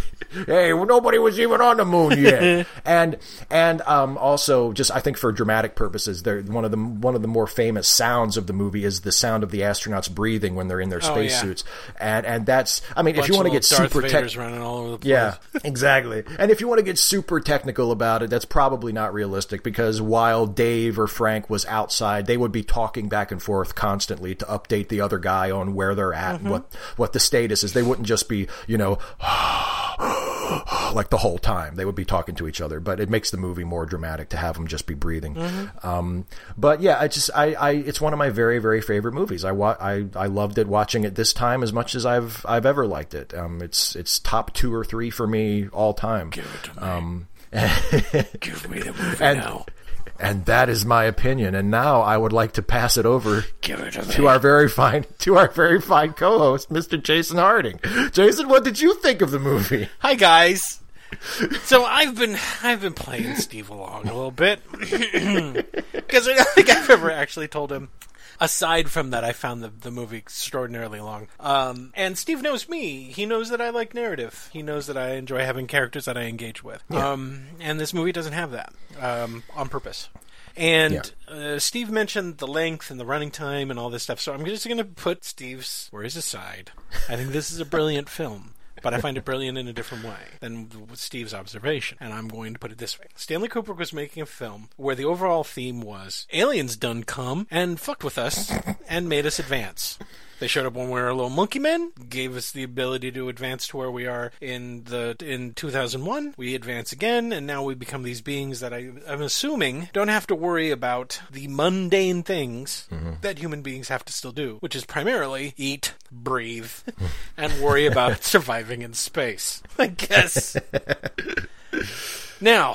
A: hey, well, nobody was even on the moon yet. and and um, also, just I think for dramatic purposes, there one of the one of the more famous sounds of the movie is the sound of the astronauts breathing when they're in their
D: Oh, yeah.
A: spacesuits, and and that's I mean, if
D: Bunch
A: you want to
D: of
A: get
D: little Darth
A: super tech-
D: Vaders running all over the place.
A: yeah, exactly. And if you want to get super technical about it, that's probably not realistic because while Dave or Frank was outside, they would be talking back and forth constantly to update the other guy on where they're at and what what the status is. They wouldn't just be, you know, like the whole time. They would be talking to each other, but it makes the movie more dramatic to have them just be breathing. Um, but yeah, I just I, I it's one of my very very favorite movies. I wa- I I loved it watching it this time as much as I've I've ever liked it. Um, it's it's top two or three for me all time. Um,
E: Give me the movie
A: and and that is my opinion. And now I would like to pass it over
E: Give it to me.
A: to our very fine to our very fine co-host, Mr. Jason Harding. Jason, what did you think of the movie?
D: Hi guys. So I've been I've been playing Steve along a little bit because I don't think I've ever actually told him. Aside from that, I found the, the movie extraordinarily long. Um, and Steve knows me. He knows that I like narrative. He knows that I enjoy having characters that I engage with. Um, and this movie doesn't have that um, on purpose. And uh, Steve mentioned the length and the running time and all this stuff. So I'm just going to put Steve's worries aside. I think this is a brilliant film but I find it brilliant in a different way than Steve's observation. And I'm going to put it this way Stanley Kubrick was making a film where the overall theme was aliens done come and fucked with us and made us advance. They showed up when we were little monkey men, gave us the ability to advance to where we are in the in 2001. We advance again, and now we become these beings that I, I'm assuming don't have to worry about the mundane things that human beings have to still do, which is primarily eat, breathe, and worry about surviving in space. I guess. Now,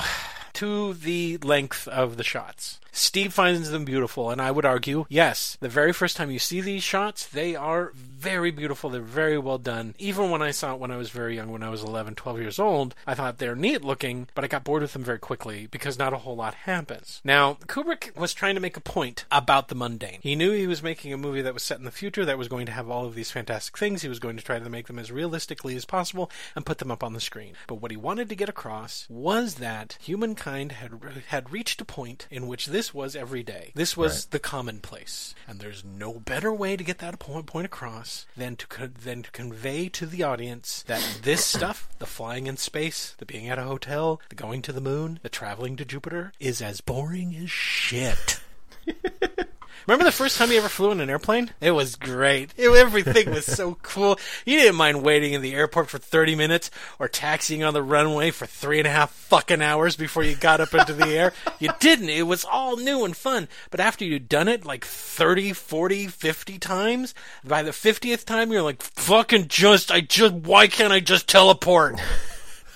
D: to the length of the shots. Steve finds them beautiful, and I would argue, yes, the very first time you see these shots, they are very beautiful. They're very well done. Even when I saw it when I was very young, when I was 11, 12 years old, I thought they're neat looking, but I got bored with them very quickly because not a whole lot happens. Now, Kubrick was trying to make a point about the mundane. He knew he was making a movie that was set in the future, that was going to have all of these fantastic things. He was going to try to make them as realistically as possible and put them up on the screen. But what he wanted to get across was that humankind had had reached a point in which this was every day. This was the commonplace, and there's no better way to get that point, point across than to co- than to convey to the audience that this stuff, the flying in space, the being at a hotel, the going to the moon, the traveling to Jupiter, is as boring as shit. Remember the first time you ever flew in an airplane? It was great. It- everything was so cool. You didn't mind waiting in the airport for 30 minutes or taxiing on the runway for three and a half fucking hours before you got up into the air. You didn't. It was all new and fun. But after you'd done it like 30, 40, 50 times, by the 50th time, you're like, fucking just, I just, why can't I just teleport?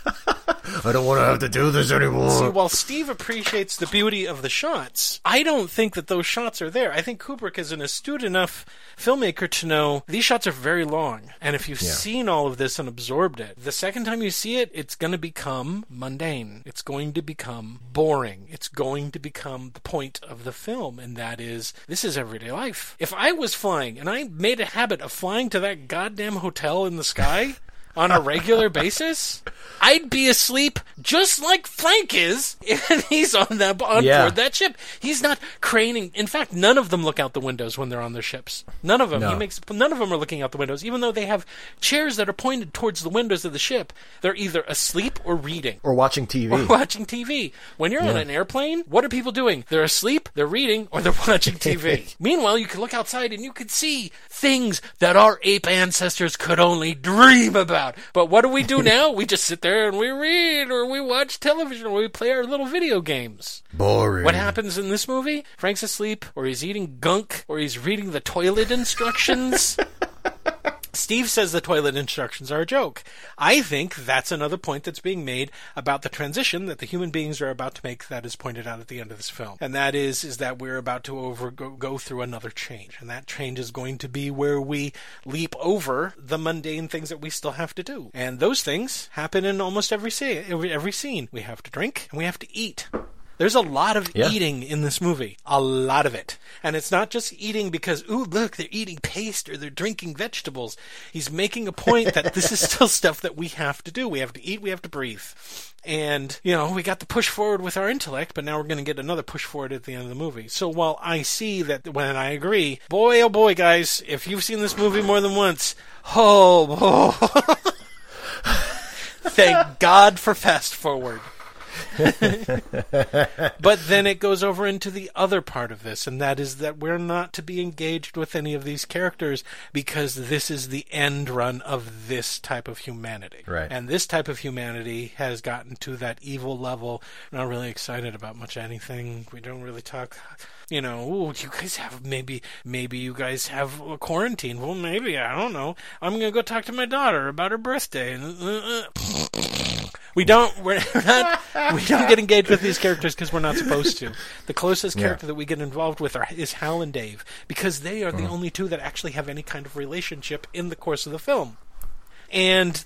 A: I don't want to have to do this
D: See,
A: anymore.
D: while Steve appreciates the beauty of the shots, I don't think that those shots are there. I think Kubrick is an astute enough filmmaker to know these shots are very long. And if you've seen all of this and absorbed it, the second time you see it, it's going to become mundane. It's going to become boring. It's going to become the point of the film, and that is this is everyday life. If I was flying and I made a habit of flying to that goddamn hotel in the sky, on a regular basis, I'd be asleep just like Frank is, and he's on that on
A: Yeah.
D: board that ship. He's not craning. In fact, none of them look out the windows when they're on their ships. None of them.
A: No.
D: He makes none of them are looking out the windows, even though they have chairs that are pointed towards the windows of the ship. They're either asleep or reading.
A: Or watching TV.
D: Watching TV. When you're on an airplane, what are people doing? They're asleep, they're reading, or they're watching TV. Meanwhile, you can look outside and you can see things that our ape ancestors could only dream about. But what do we do now? we just sit there and we read, or we watch television, or we play our little video games.
A: Boring.
D: What happens in this movie? Frank's asleep, or he's eating gunk, or he's reading the toilet instructions. Steve says the toilet instructions are a joke. I think that's another point that's being made about the transition that the human beings are about to make that is pointed out at the end of this film. And that is is that we're about to over go, go through another change. And that change is going to be where we leap over the mundane things that we still have to do. And those things happen in almost every scene, every, every scene. We have to drink and we have to eat. There's a lot of
A: Yeah.
D: eating in this movie. A lot of it. And it's not just eating because, ooh, look, they're eating paste or they're drinking vegetables. He's making a point that this is still stuff that we have to do. We have to eat, we have to breathe. And, you know, we got to push forward with our intellect, but now we're going to get another push forward at the end of the movie. So while I see that, when I agree, boy, oh boy, guys, if you've seen this movie more than once, oh, oh. thank God for fast forward but then it goes over into the other part of this, and that is that we're not to be engaged with any of these characters because this is the end run of this type of humanity.
A: Right.
D: And this type of humanity has gotten to that evil level. We're not really excited about much anything. We don't really talk. You know, ooh, you guys have maybe, maybe you guys have a quarantine. Well, maybe I don't know. I'm gonna go talk to my daughter about her birthday. And uh, uh, we don't. We're not. We don't get engaged with these characters because we're not supposed to. The closest character that we get involved with are, is Hal and Dave because they are the only two that actually have any kind of relationship in the course of the film. And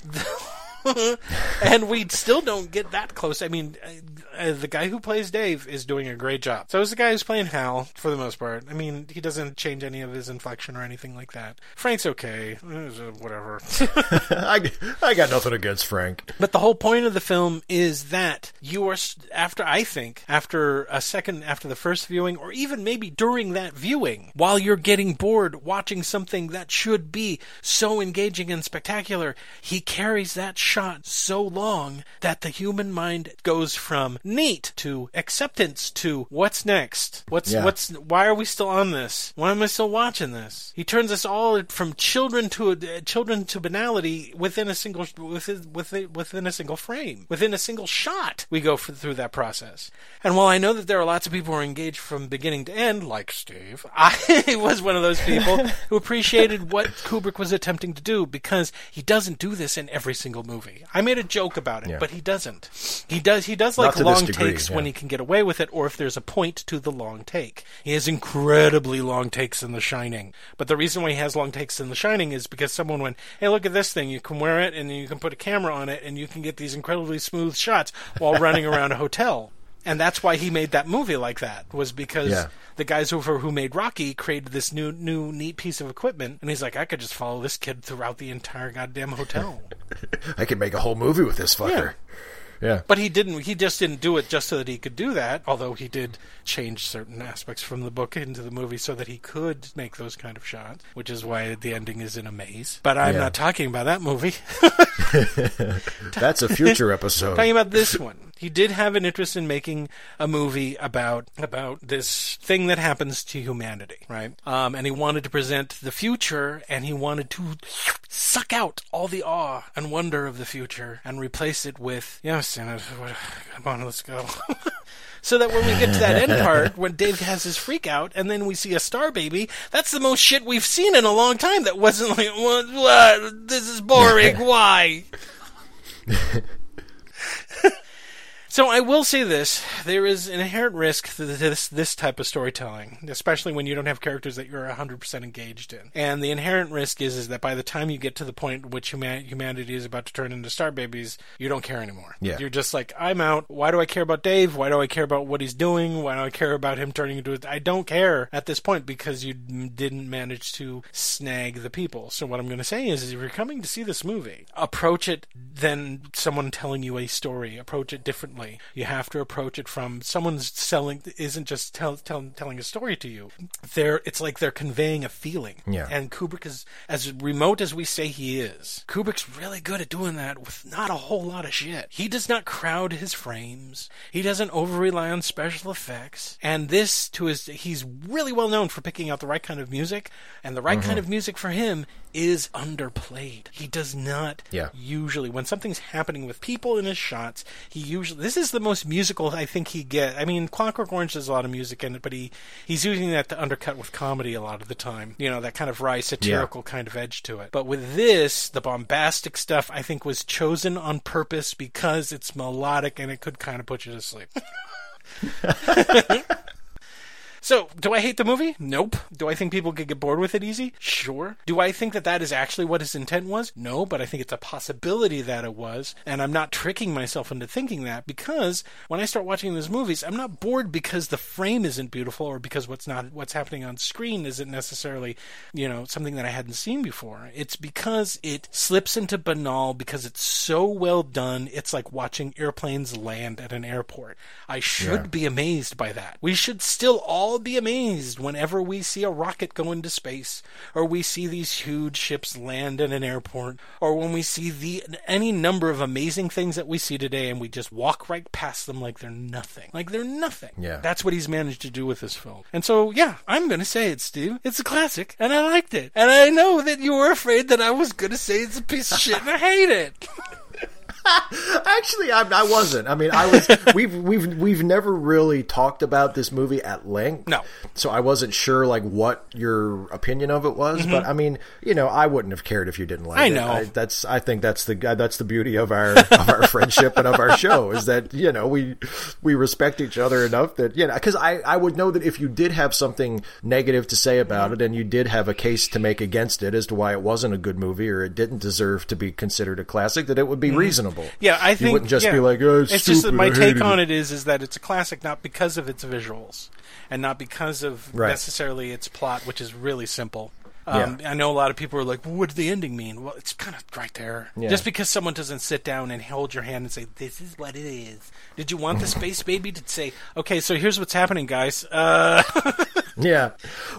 D: and we still don't get that close. I mean, uh, uh, the guy who plays Dave is doing a great job. So is the guy who's playing Hal for the most part. I mean, he doesn't change any of his inflection or anything like that. Frank's okay, Uh, whatever.
A: I, I got nothing against Frank.
D: But the whole point of the film is that you are s- after I think after a second after the first viewing or even maybe during that viewing while you're getting bored watching something that should be so engaging and spectacular he carries that shot so long that the human mind goes from neat to acceptance to what's next what's
A: Yeah.
D: what's why are we still on this why am I still watching this he turns us all from children to uh, children to banality within a single within within within a single frame within a single shot we go f- through that process and while I know that there are lots of people who are engaged from beginning to end like Steve I was one of those people who appreciated what Kubrick was attempting to do because he doesn't do this in every single movie I made a joke about it
A: Yeah.
D: but he doesn't he does he does
A: Not
D: like
A: to this
D: long
A: degree,
D: takes
A: yeah.
D: when he can get away with it or if there's a point to the long take. He has incredibly long takes in The Shining. But the reason why he has long takes in The Shining is because someone went, hey, look at this thing. You can wear it and you can put a camera on it and you can get these incredibly smooth shots while running around a hotel. And that's why he made that movie like that, was because
A: Yeah.
D: the guys over who made Rocky created this new, new, neat piece of equipment. And he's like, I could just follow this kid throughout the entire goddamn hotel.
A: I could make a whole movie with this fucker. Yeah.
D: But he didn't. He just didn't do it just so that he could do that. Although he did change certain aspects from the book into the movie so that he could make those kind of shots, which is why the ending is in a maze. But I'm
A: Yeah.
D: not talking about that movie.
A: That's a future episode.
D: talking about this one. He did have an interest in making a movie about about this thing that happens to humanity, right? Um, and he wanted to present the future, and he wanted to suck out all the awe and wonder of the future and replace it with, yeah, I've seen it. What- Come on, let's go. So that when we get to that end part, when Dave has his freak out, and then we see a star baby, that's the most shit we've seen in a long time. That wasn't like, what, what? This is boring. Why? So I will say this: there is an inherent risk to this this type of storytelling, especially when you don't have characters that you're 100% engaged in. And the inherent risk is is that by the time you get to the point in which human, humanity is about to turn into star babies, you don't care anymore.
A: Yeah.
D: You're just like, I'm out. Why do I care about Dave? Why do I care about what he's doing? Why do I care about him turning into? A, I don't care at this point because you m- didn't manage to snag the people. So what I'm going to say is, is if you're coming to see this movie, approach it than someone telling you a story. Approach it differently. You have to approach it from someone's selling isn't just tell, tell, telling a story to you. They're it's like they're conveying a feeling.
A: Yeah.
D: And Kubrick is as remote as we say he is. Kubrick's really good at doing that with not a whole lot of shit. He does not crowd his frames. He doesn't over rely on special effects. And this to his he's really well known for picking out the right kind of music, and the right kind of music for him is underplayed. He does not
A: Yeah.
D: usually when something's happening with people in his shots, he usually this is the most musical I think he get. I mean, Clockwork Orange does a lot of music in it, but he he's using that to undercut with comedy a lot of the time. You know, that kind of wry satirical kind of edge to it. But with this, the bombastic stuff I think was chosen on purpose because it's melodic and it could kind of put you to sleep. So, do I hate the movie? Nope. Do I think people could get bored with it easy? Sure. Do I think that that is actually what his intent was? No, but I think it's a possibility that it was, and I'm not tricking myself into thinking that because when I start watching these movies, I'm not bored because the frame isn't beautiful or because what's not what's happening on screen isn't necessarily, you know, something that I hadn't seen before. It's because it slips into banal because it's so well done. It's like watching airplanes land at an airport. I should
A: Yeah.
D: be amazed by that. We should still all be amazed whenever we see a rocket go into space, or we see these huge ships land in an airport, or when we see the any number of amazing things that we see today and we just walk right past them like they're nothing. Like they're nothing.
A: Yeah.
D: That's what he's managed to do with this film. And so yeah, I'm gonna say it, Steve. It's a classic, and I liked it. And I know that you were afraid that I was gonna say it's a piece of shit and I hate it.
A: Actually, I, I wasn't. I mean, I was. We've we've we've never really talked about this movie at length.
D: No.
A: So I wasn't sure like what your opinion of it was, but I mean, you know, I wouldn't have cared if you didn't like
D: Mm-hmm. I
A: it.
D: know.
A: that's. I think that's the uh, that's the beauty of our of our friendship and of our show is that you know we we respect each other enough that you know because I I would know that if you did have something negative to say about it and you did have a case to make against it as to why it wasn't a good movie or it didn't deserve to be considered a classic, that it would be
D: Mm-hmm.
A: reasonable.
D: Yeah, I think
A: you wouldn't just
D: yeah.
A: be like, "Oh, it's,
D: it's, just that
A: stupid,
D: my
A: I
D: take
A: hated
D: on it is is that it's a classic not because of its visuals and not because of
A: Right.
D: necessarily its plot, which is really simple. Um, I know a lot of people are like, well, "What did the ending mean?" Well, it's kind of right there.
A: Yeah.
D: Just because someone doesn't sit down and hold your hand and say, "This is what it is." Did you want the space baby to say, "Okay, so here's what's happening, guys"? Uh,
A: Yeah.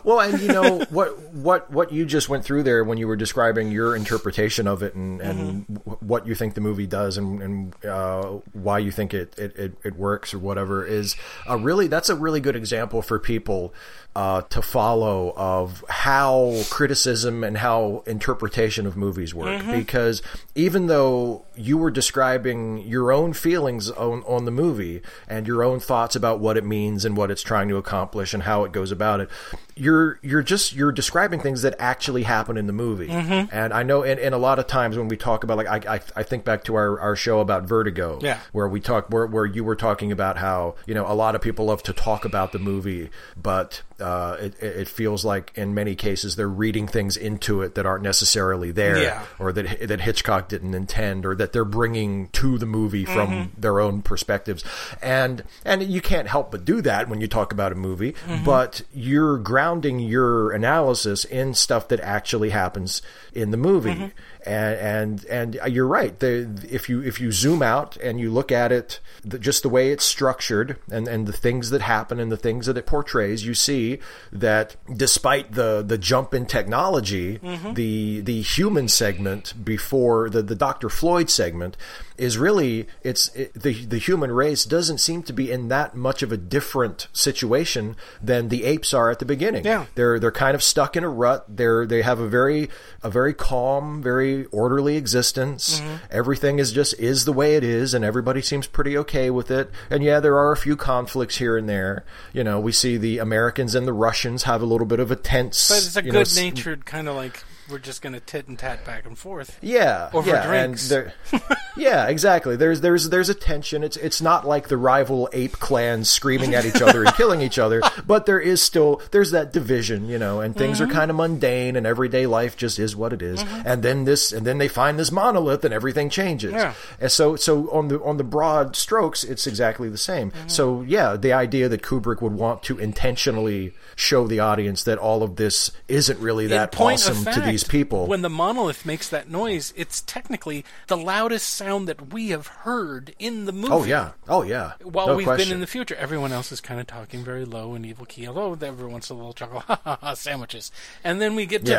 A: Well, and you know what what what you just went through there when you were describing your interpretation of it and and
D: Mm-hmm.
A: wh- what you think the movie does and and uh, why you think it, it it it works or whatever is a really that's a really good example for people uh, to follow of how criticism and how interpretation of movies work because even though you were describing your own feelings on, on the movie and your own thoughts about what it means and what it's trying to accomplish and how it goes about it you're you're just you're describing things that actually happen in the movie and i know and, and a lot of times when we talk about like i, I, I think back to our, our show about vertigo
D: Yeah.
A: where we talk where, where you were talking about how you know a lot of people love to talk about the movie but uh, it, it it feels like in many cases they're reading things into it that aren't necessarily there
D: Yeah.
A: or that that Hitchcock didn't intend, or that they're bringing to the movie from their own perspectives. And and you can't help but do that when you talk about a movie, but you're grounding your analysis in stuff that actually happens in the movie. And, and and you're right. The, if you if you zoom out and you look at it, the, just the way it's structured and, and the things that happen and the things that it portrays, you see that despite the the jump in technology, the the human segment before the the Dr. Floyd segment is really it's it, the the human race doesn't seem to be in that much of a different situation than the apes are at the beginning.
D: Yeah.
A: They're they're kind of stuck in a rut. They're they have a very a very calm, very orderly existence.
D: Mm-hmm.
A: Everything is just is the way it is and everybody seems pretty okay with it. And yeah, there are a few conflicts here and there. You know, we see the Americans and the Russians have a little bit of a tense
D: but it's a
A: you know,
D: good
A: s-
D: natured kind of like we're just gonna tit and tat back and forth.
A: yeah,
D: Over
A: yeah,
D: drinks.
A: And there, yeah, exactly. There's there's there's a tension. It's it's not like the rival ape clans screaming at each other and killing each other, but there is still there's that division, you know, and things
D: Mm-hmm.
A: are kind of mundane and everyday life just is what it is. And then this and then they find this monolith and everything changes.
D: Yeah.
A: And so so on the on the broad strokes, it's exactly the same.
D: Mm-hmm.
A: So yeah, the idea that Kubrick would want to intentionally show the audience that all of this isn't really that
D: In point of
A: awesome to
D: fact,
A: these people.
D: When the monolith makes that noise, it's technically the loudest sound that we have heard in the movie.
A: Oh yeah. Oh yeah.
D: While
A: No
D: we've
A: question.
D: been in the future, everyone else is kind of talking very low and evil key. Although every once in a little chuckle, ha ha ha, sandwiches. And then we get to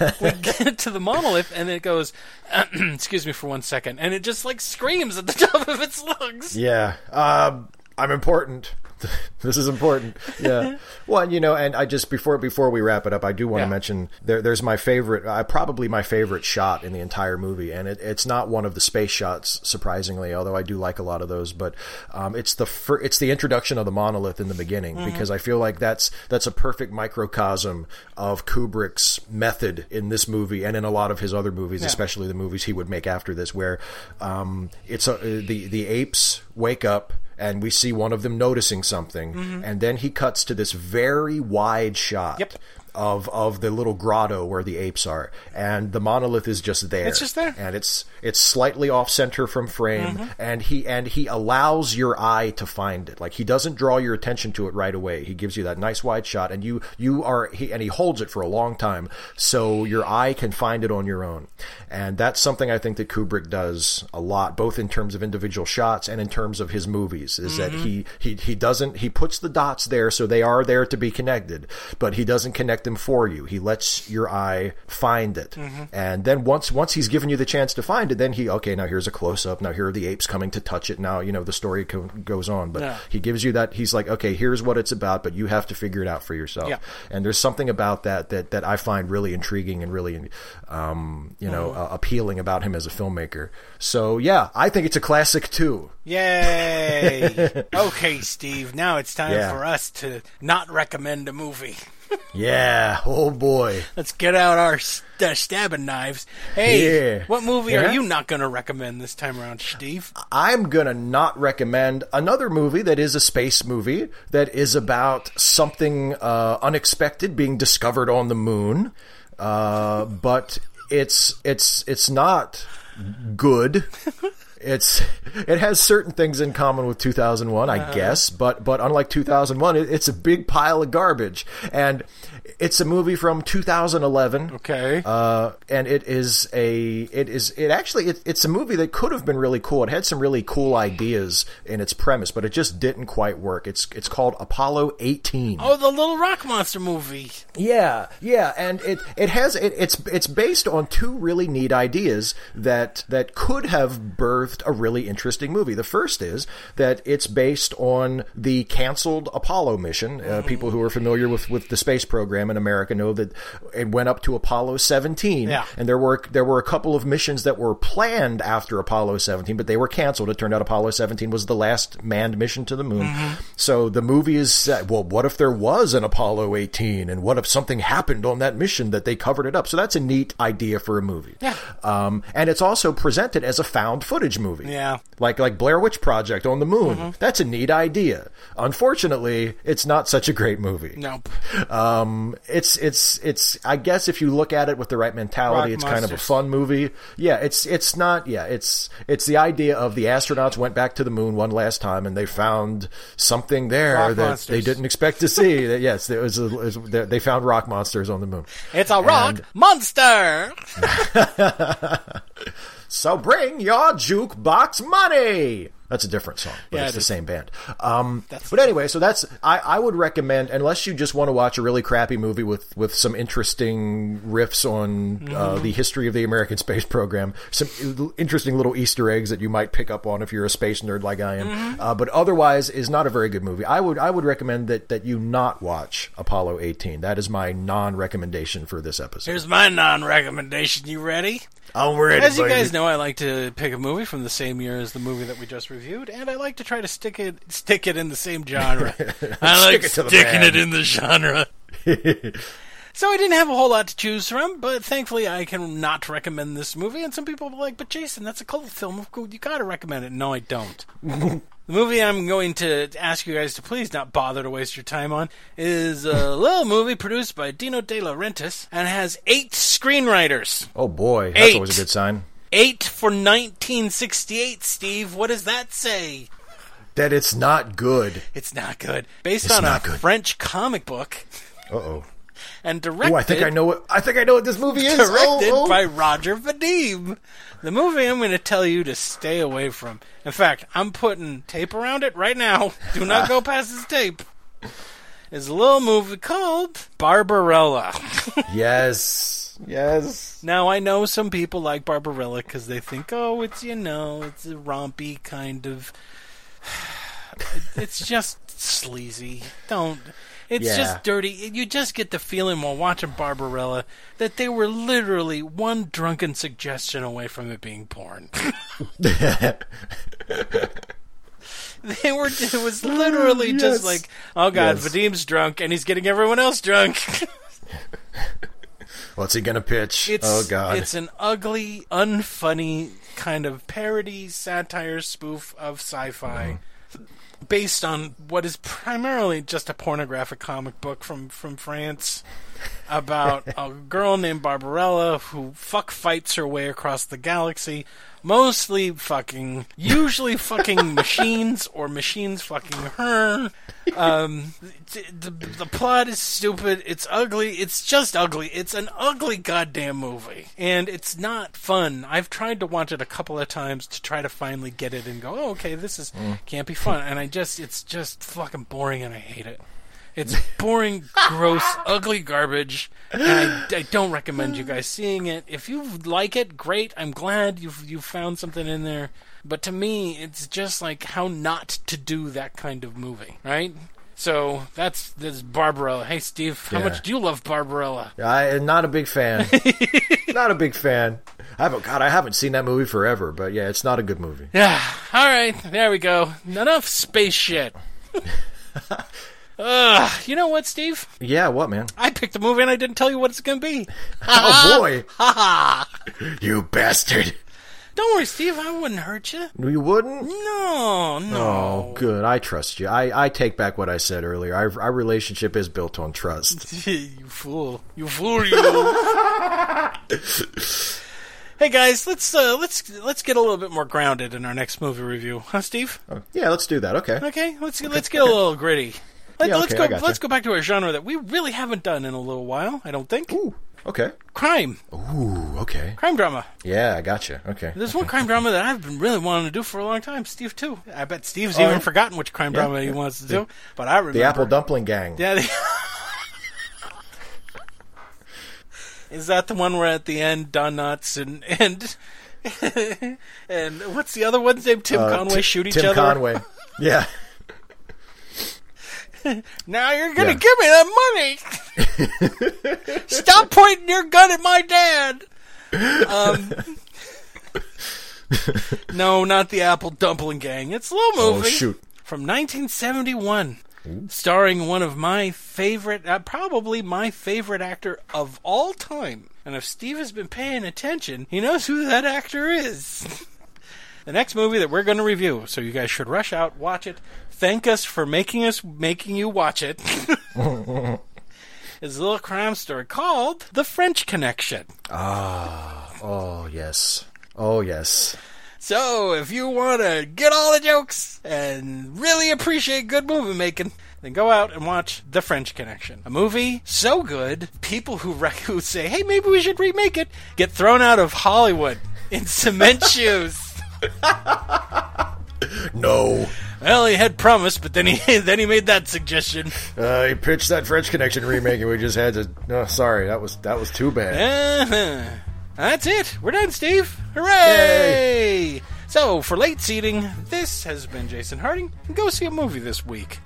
A: Yeah.
D: the we get to the monolith, and it goes, excuse me for one second, and it just like screams at the top of its lungs.
A: Yeah. Um, I'm important. this is important. Yeah. well, and, you know, and I just before before we wrap it up, I do want
D: Yeah.
A: to mention there, there's my favorite, uh, probably my favorite shot in the entire movie, and it, it's not one of the space shots, surprisingly, although I do like a lot of those. But um, it's the fir- it's the introduction of the monolith in the beginning because I feel like that's that's a perfect microcosm of Kubrick's method in this movie and in a lot of his other movies, especially the movies he would make after this, where um, it's a, the the apes wake up and we see one of them noticing something, and then he cuts to this very wide shot.
D: Mm-hmm. Yep.
A: Of, of the little grotto where the apes are, and the monolith is just there.
D: It's just there. Mm-hmm.
A: and it's it's slightly off center from frame, and he and he allows your eye to find it. Like he doesn't draw your attention to it right away. He gives you that nice wide shot, and you you are he and he holds it for a long time, so your eye can find it on your own. And that's something I think that Kubrick does a lot, both in terms of individual shots and in terms of his movies. Is
D: Mm-hmm.
A: that he he he doesn't he puts the dots there so they are there to be connected, but he doesn't connect detect them for you. He lets your eye find it,
D: Mm-hmm.
A: and then once once he's given you the chance to find it, then he okay now here's a close up. Now here are the apes coming to touch it. Now you know the story co- goes on, but
D: Yeah.
A: he gives you that. He's like okay here's what it's about, but you have to figure it out for yourself.
D: Yeah.
A: And there's something about that that that I find really intriguing and really um, you know
D: Mm-hmm.
A: uh, appealing about him as a filmmaker. So yeah, I think it's a classic too.
D: Yay! okay, Steve. Now it's time
A: Yeah.
D: for us to not recommend a movie.
A: Yeah. Oh boy.
D: Let's get out our st- stabbing knives. Hey,
A: Yeah.
D: what movie
A: Yeah?
D: are you not going to recommend this time around, Steve?
A: I'm going to not recommend another movie that is a space movie that is about something uh, unexpected being discovered on the moon. Uh, but it's it's it's not good. It's it has certain things in common with 2001, I guess, but but unlike 2001, it, it's a big pile of garbage, and it's a movie from 2011.
D: Okay.
A: Uh, and it is a it is it actually it, it's a movie that could have been really cool. It had some really cool ideas in its premise, but it just didn't quite work. It's it's called Apollo 18.
D: oh, the Little Rock Monster movie.
A: Yeah, yeah, and it it has it, it's it's based on two really neat ideas that that could have birthed a really interesting movie. The first is that it's based on the canceled Apollo mission.
D: Hmm.
A: Uh, people who are familiar with with the space program in America know that it went up to Apollo 17
D: Yeah.
A: and there were there were a couple of missions that were planned after Apollo 17, but they were canceled. It turned out Apollo 17 was the last manned mission to the moon. So the movie is set, well, what if there was an Apollo 18, and what if something happened on that mission that they covered it up? So that's a neat idea for a movie. Yeah, um, and it's also presented as a found footage movie.
D: Yeah.
A: like like Blair Witch Project on the moon. That's a neat idea. Unfortunately, it's not such a great movie
D: Nope.
A: um, it's it's it's. I guess if you look at it with the right mentality,
D: Rock
A: it's kind of a
D: monsters.
A: fun movie. Yeah, it's it's not. Yeah, it's it's the idea of the astronauts went back to the moon one last time and they found something there
D: Rock
A: that
D: monsters.
A: they didn't expect to see. That- yes, it was, a, it was- they found rock monsters on the moon.
D: It's a rock
A: And-
D: monster.
A: So bring your jukebox money. That's a different song, but
D: Yeah,
A: it's
D: it
A: the
D: is.
A: same band. Um,
D: That's-
A: but anyway, so that's I, I would recommend unless you just want to watch a really crappy movie with with some interesting riffs on uh,
D: Mm-hmm.
A: the history of the American space program, some l- interesting little Easter eggs that you might pick up on if you're a space nerd like I am.
D: Mm-hmm.
A: Uh, but otherwise, is not a very good movie. I would I would recommend that that you not watch Apollo 18. That is my non recommendation for this episode.
D: Here's my non recommendation. You ready?
A: I'm ready.
D: As you
A: baby.
D: guys know, I like to pick a movie from the same year as the movie that we just reviewed, and I like to try to stick it stick it in the same genre. I like
A: Stick it to the
D: sticking
A: man.
D: it in the genre. so I didn't have a whole lot to choose from, but thankfully I can not recommend this movie. And some people will be like, "But Jason, that's a cult film. Of course You gotta recommend it." No, I don't. The movie I'm going to ask you guys to please not bother to waste your time on is a little movie produced by Dino De Laurentiis and has eight screenwriters.
A: Oh boy, that's
D: Eight.
A: always a good sign.
D: Eight for 1968, Steve. What does that say?
A: that it's not good.
D: It's not good. Based
A: It's
D: on a
A: not good.
D: French comic book
A: Uh oh.
D: and directed,
A: Oh, I think I know what I think I know what this movie is. Oh,
D: directed
A: oh.
D: by Roger Vadim. The movie I'm going to tell you to stay away from. In fact, I'm putting tape around it right now. Do not go past this tape. Is a little movie called Barbarella.
A: Yes. Yes.
D: Now I know some people like Barbarella because they think, oh, it's you know, it's a rompy kind of. it's just sleazy. Don't. It's
A: Yeah.
D: just dirty. You just get the feeling while watching Barbarella that they were literally one drunken suggestion away from it being porn. they were. It was literally just
A: Yes.
D: like, oh god,
A: Yes.
D: Vadim's drunk and he's getting everyone else drunk.
A: What's he gonna pitch?
D: It's
A: oh God.
D: it's an ugly, unfunny kind of parody, satire, spoof of sci-fi.
A: Uh-huh.
D: Based on what is primarily just a pornographic comic book from, from France about a girl named Barbarella who fuck fights her way across the galaxy, mostly fucking, usually fucking machines or machines fucking her. Um, th- the, the plot is stupid. It's ugly. It's just ugly. It's an ugly goddamn movie, and it's not fun. I've tried to watch it a couple of times to try to finally get it and go, oh, okay, this is can't be fun. And I just, it's just fucking boring, and I hate it. It's boring, gross, ugly garbage. And I, I don't recommend you guys seeing it. If you like it, great. I'm glad you've you found something in there. But to me, it's just like how not to do that kind of movie, right? So that's this Barbarella. Hey, Steve, how
A: Yeah.
D: much do you love Barbarella?
A: I am not a big fan. not a big fan. I haven't. God, I haven't seen that movie forever. But yeah, it's not a good movie.
D: Yeah. All right. There we go. Enough space shit. Ugh. You know what, Steve?
A: Yeah, what man?
D: I picked a movie and I didn't tell you what it's going to be.
A: Oh boy! you bastard!
D: Don't worry, Steve. I wouldn't hurt you.
A: You wouldn't?
D: No, no.
A: Oh, good. I trust you. I, I take back what I said earlier. Our, our relationship is built on trust.
D: you fool. You fool you. hey guys, let's uh, let's let's get a little bit more grounded in our next movie review. Huh, Steve?
A: yeah, let's do that. Okay.
D: Okay, let's let's get a little gritty. Let,
A: Yeah,
D: let's
A: okay,
D: go
A: I gotcha.
D: let's go back to a genre that we really haven't done in a little while, I don't think.
A: Ooh. Okay.
D: Crime.
A: Oh. Ooh. Okay.
D: Crime drama.
A: Yeah, I gotcha. Okay.
D: There's one crime drama that I've been really wanting to do for a long time, Steve too. I bet Steve's even
A: yeah.
D: forgotten which crime drama he
A: Oh. yeah.
D: wants to do, but I remember
A: The Apple Dumpling Gang.
D: Yeah. the- Is that the one where at the end Don Knotts and and and what's the other one's name? Tim
A: Uh,
D: Conway
A: Ti-
D: shoot each
A: Tim
D: other.
A: Conway. Yeah.
D: Now you're gonna
A: Yeah.
D: give me that money. Stop pointing your gun at my dad. Um, no, not the Apple Dumpling Gang. It's a little
A: Oh
D: movie
A: shoot.
D: from 1971, starring one of my favorite, uh, probably my favorite actor of all time. And if Steve has been paying attention, he knows who that actor is. the next movie that we're going to review, so you guys should rush out, watch it. Thank us for making us making you watch it. Is a little crime story called The French Connection.
A: Oh yes. Oh yes.
D: So, if you want to get all the jokes and really appreciate good movie making, then go out and watch The French Connection. A movie so good, people who, rec- who say, hey, maybe we should remake it, get thrown out of Hollywood in cement shoes.
A: No.
D: Well, he had promised, but then he then he made that suggestion.
A: Uh, he pitched that French Connection remake, and we just had to. No, sorry, that was that was too bad.
D: Uh-huh. That's it. We're done, Steve. Hooray! So, for late seating, this has been Jason Harding. Go see a movie this week.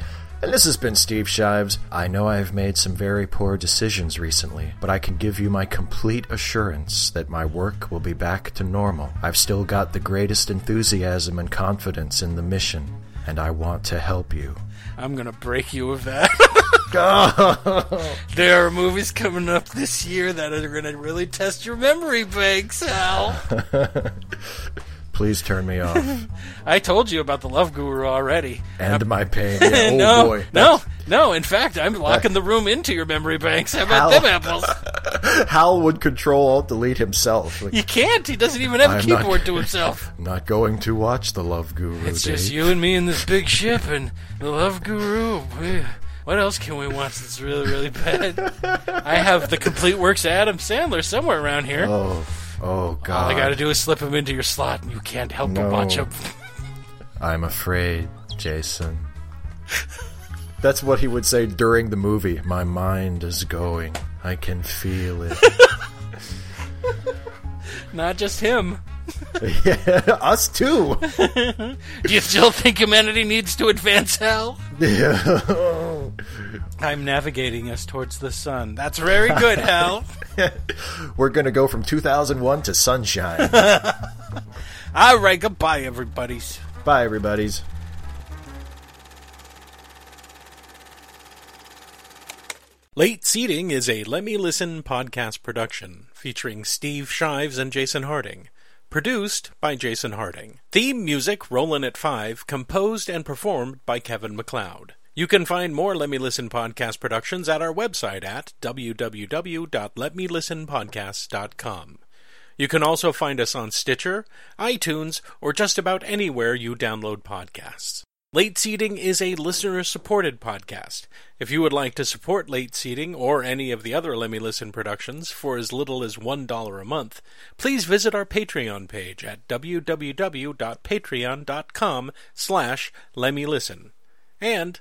A: And this has been Steve Shives. I know I have made some very poor decisions recently, but I can give you my complete assurance that my work will be back to normal. I've still got the greatest enthusiasm and confidence in the mission, and I want to help you.
D: I'm gonna break you of that. there are movies coming up this year that are gonna really test your memory banks, Al.
A: Please turn me off.
D: I told you about the Love Guru already.
A: End my pain. Yeah, oh
D: no,
A: boy.
D: no, no. In fact, I'm locking the room into your memory banks. How about
A: Al.
D: them apples?
A: Hal would control alt delete himself. Like,
D: You can't. He doesn't even have a
A: I'm not-
D: keyboard to himself.
A: I'm not going to watch the Love Guru.
D: It's just
A: Dave.
D: you and me in this big ship and the Love Guru. We- What else can we watch that's really, really bad? I have the complete works of Adam Sandler somewhere around here.
A: Oh, oh
D: All
A: God.
D: I gotta do is slip him into your slot, and you can't help but
A: No.
D: watch him.
A: I'm afraid, Jason. That's what he would say during the movie. My mind is going. I can feel it.
D: Not just him.
A: yeah, us too.
D: Do you still think humanity needs to advance hell?
A: Yeah.
D: I'm navigating us towards the sun. That's very good, Hal.
A: We're going to go from 2001 to sunshine.
D: All right, goodbye, everybody.
A: Bye, everybody's.
D: Late Seating is a Let Me Listen podcast production featuring Steve Shives and Jason Harding. Produced by Jason Harding. Theme music Rollin' at Five, composed and performed by Kevin McLeod. You can find more Let Me Listen podcast productions at our website at www.letmelistenpodcast.com. You can also find us on Stitcher, iTunes, or just about anywhere you download podcasts. Late Seating is a listener supported podcast. If you would like to support Late Seating or any of the other Let Me Listen productions for as little as $1 a month, please visit our Patreon page at www.patreon.com slash lemmylisten. And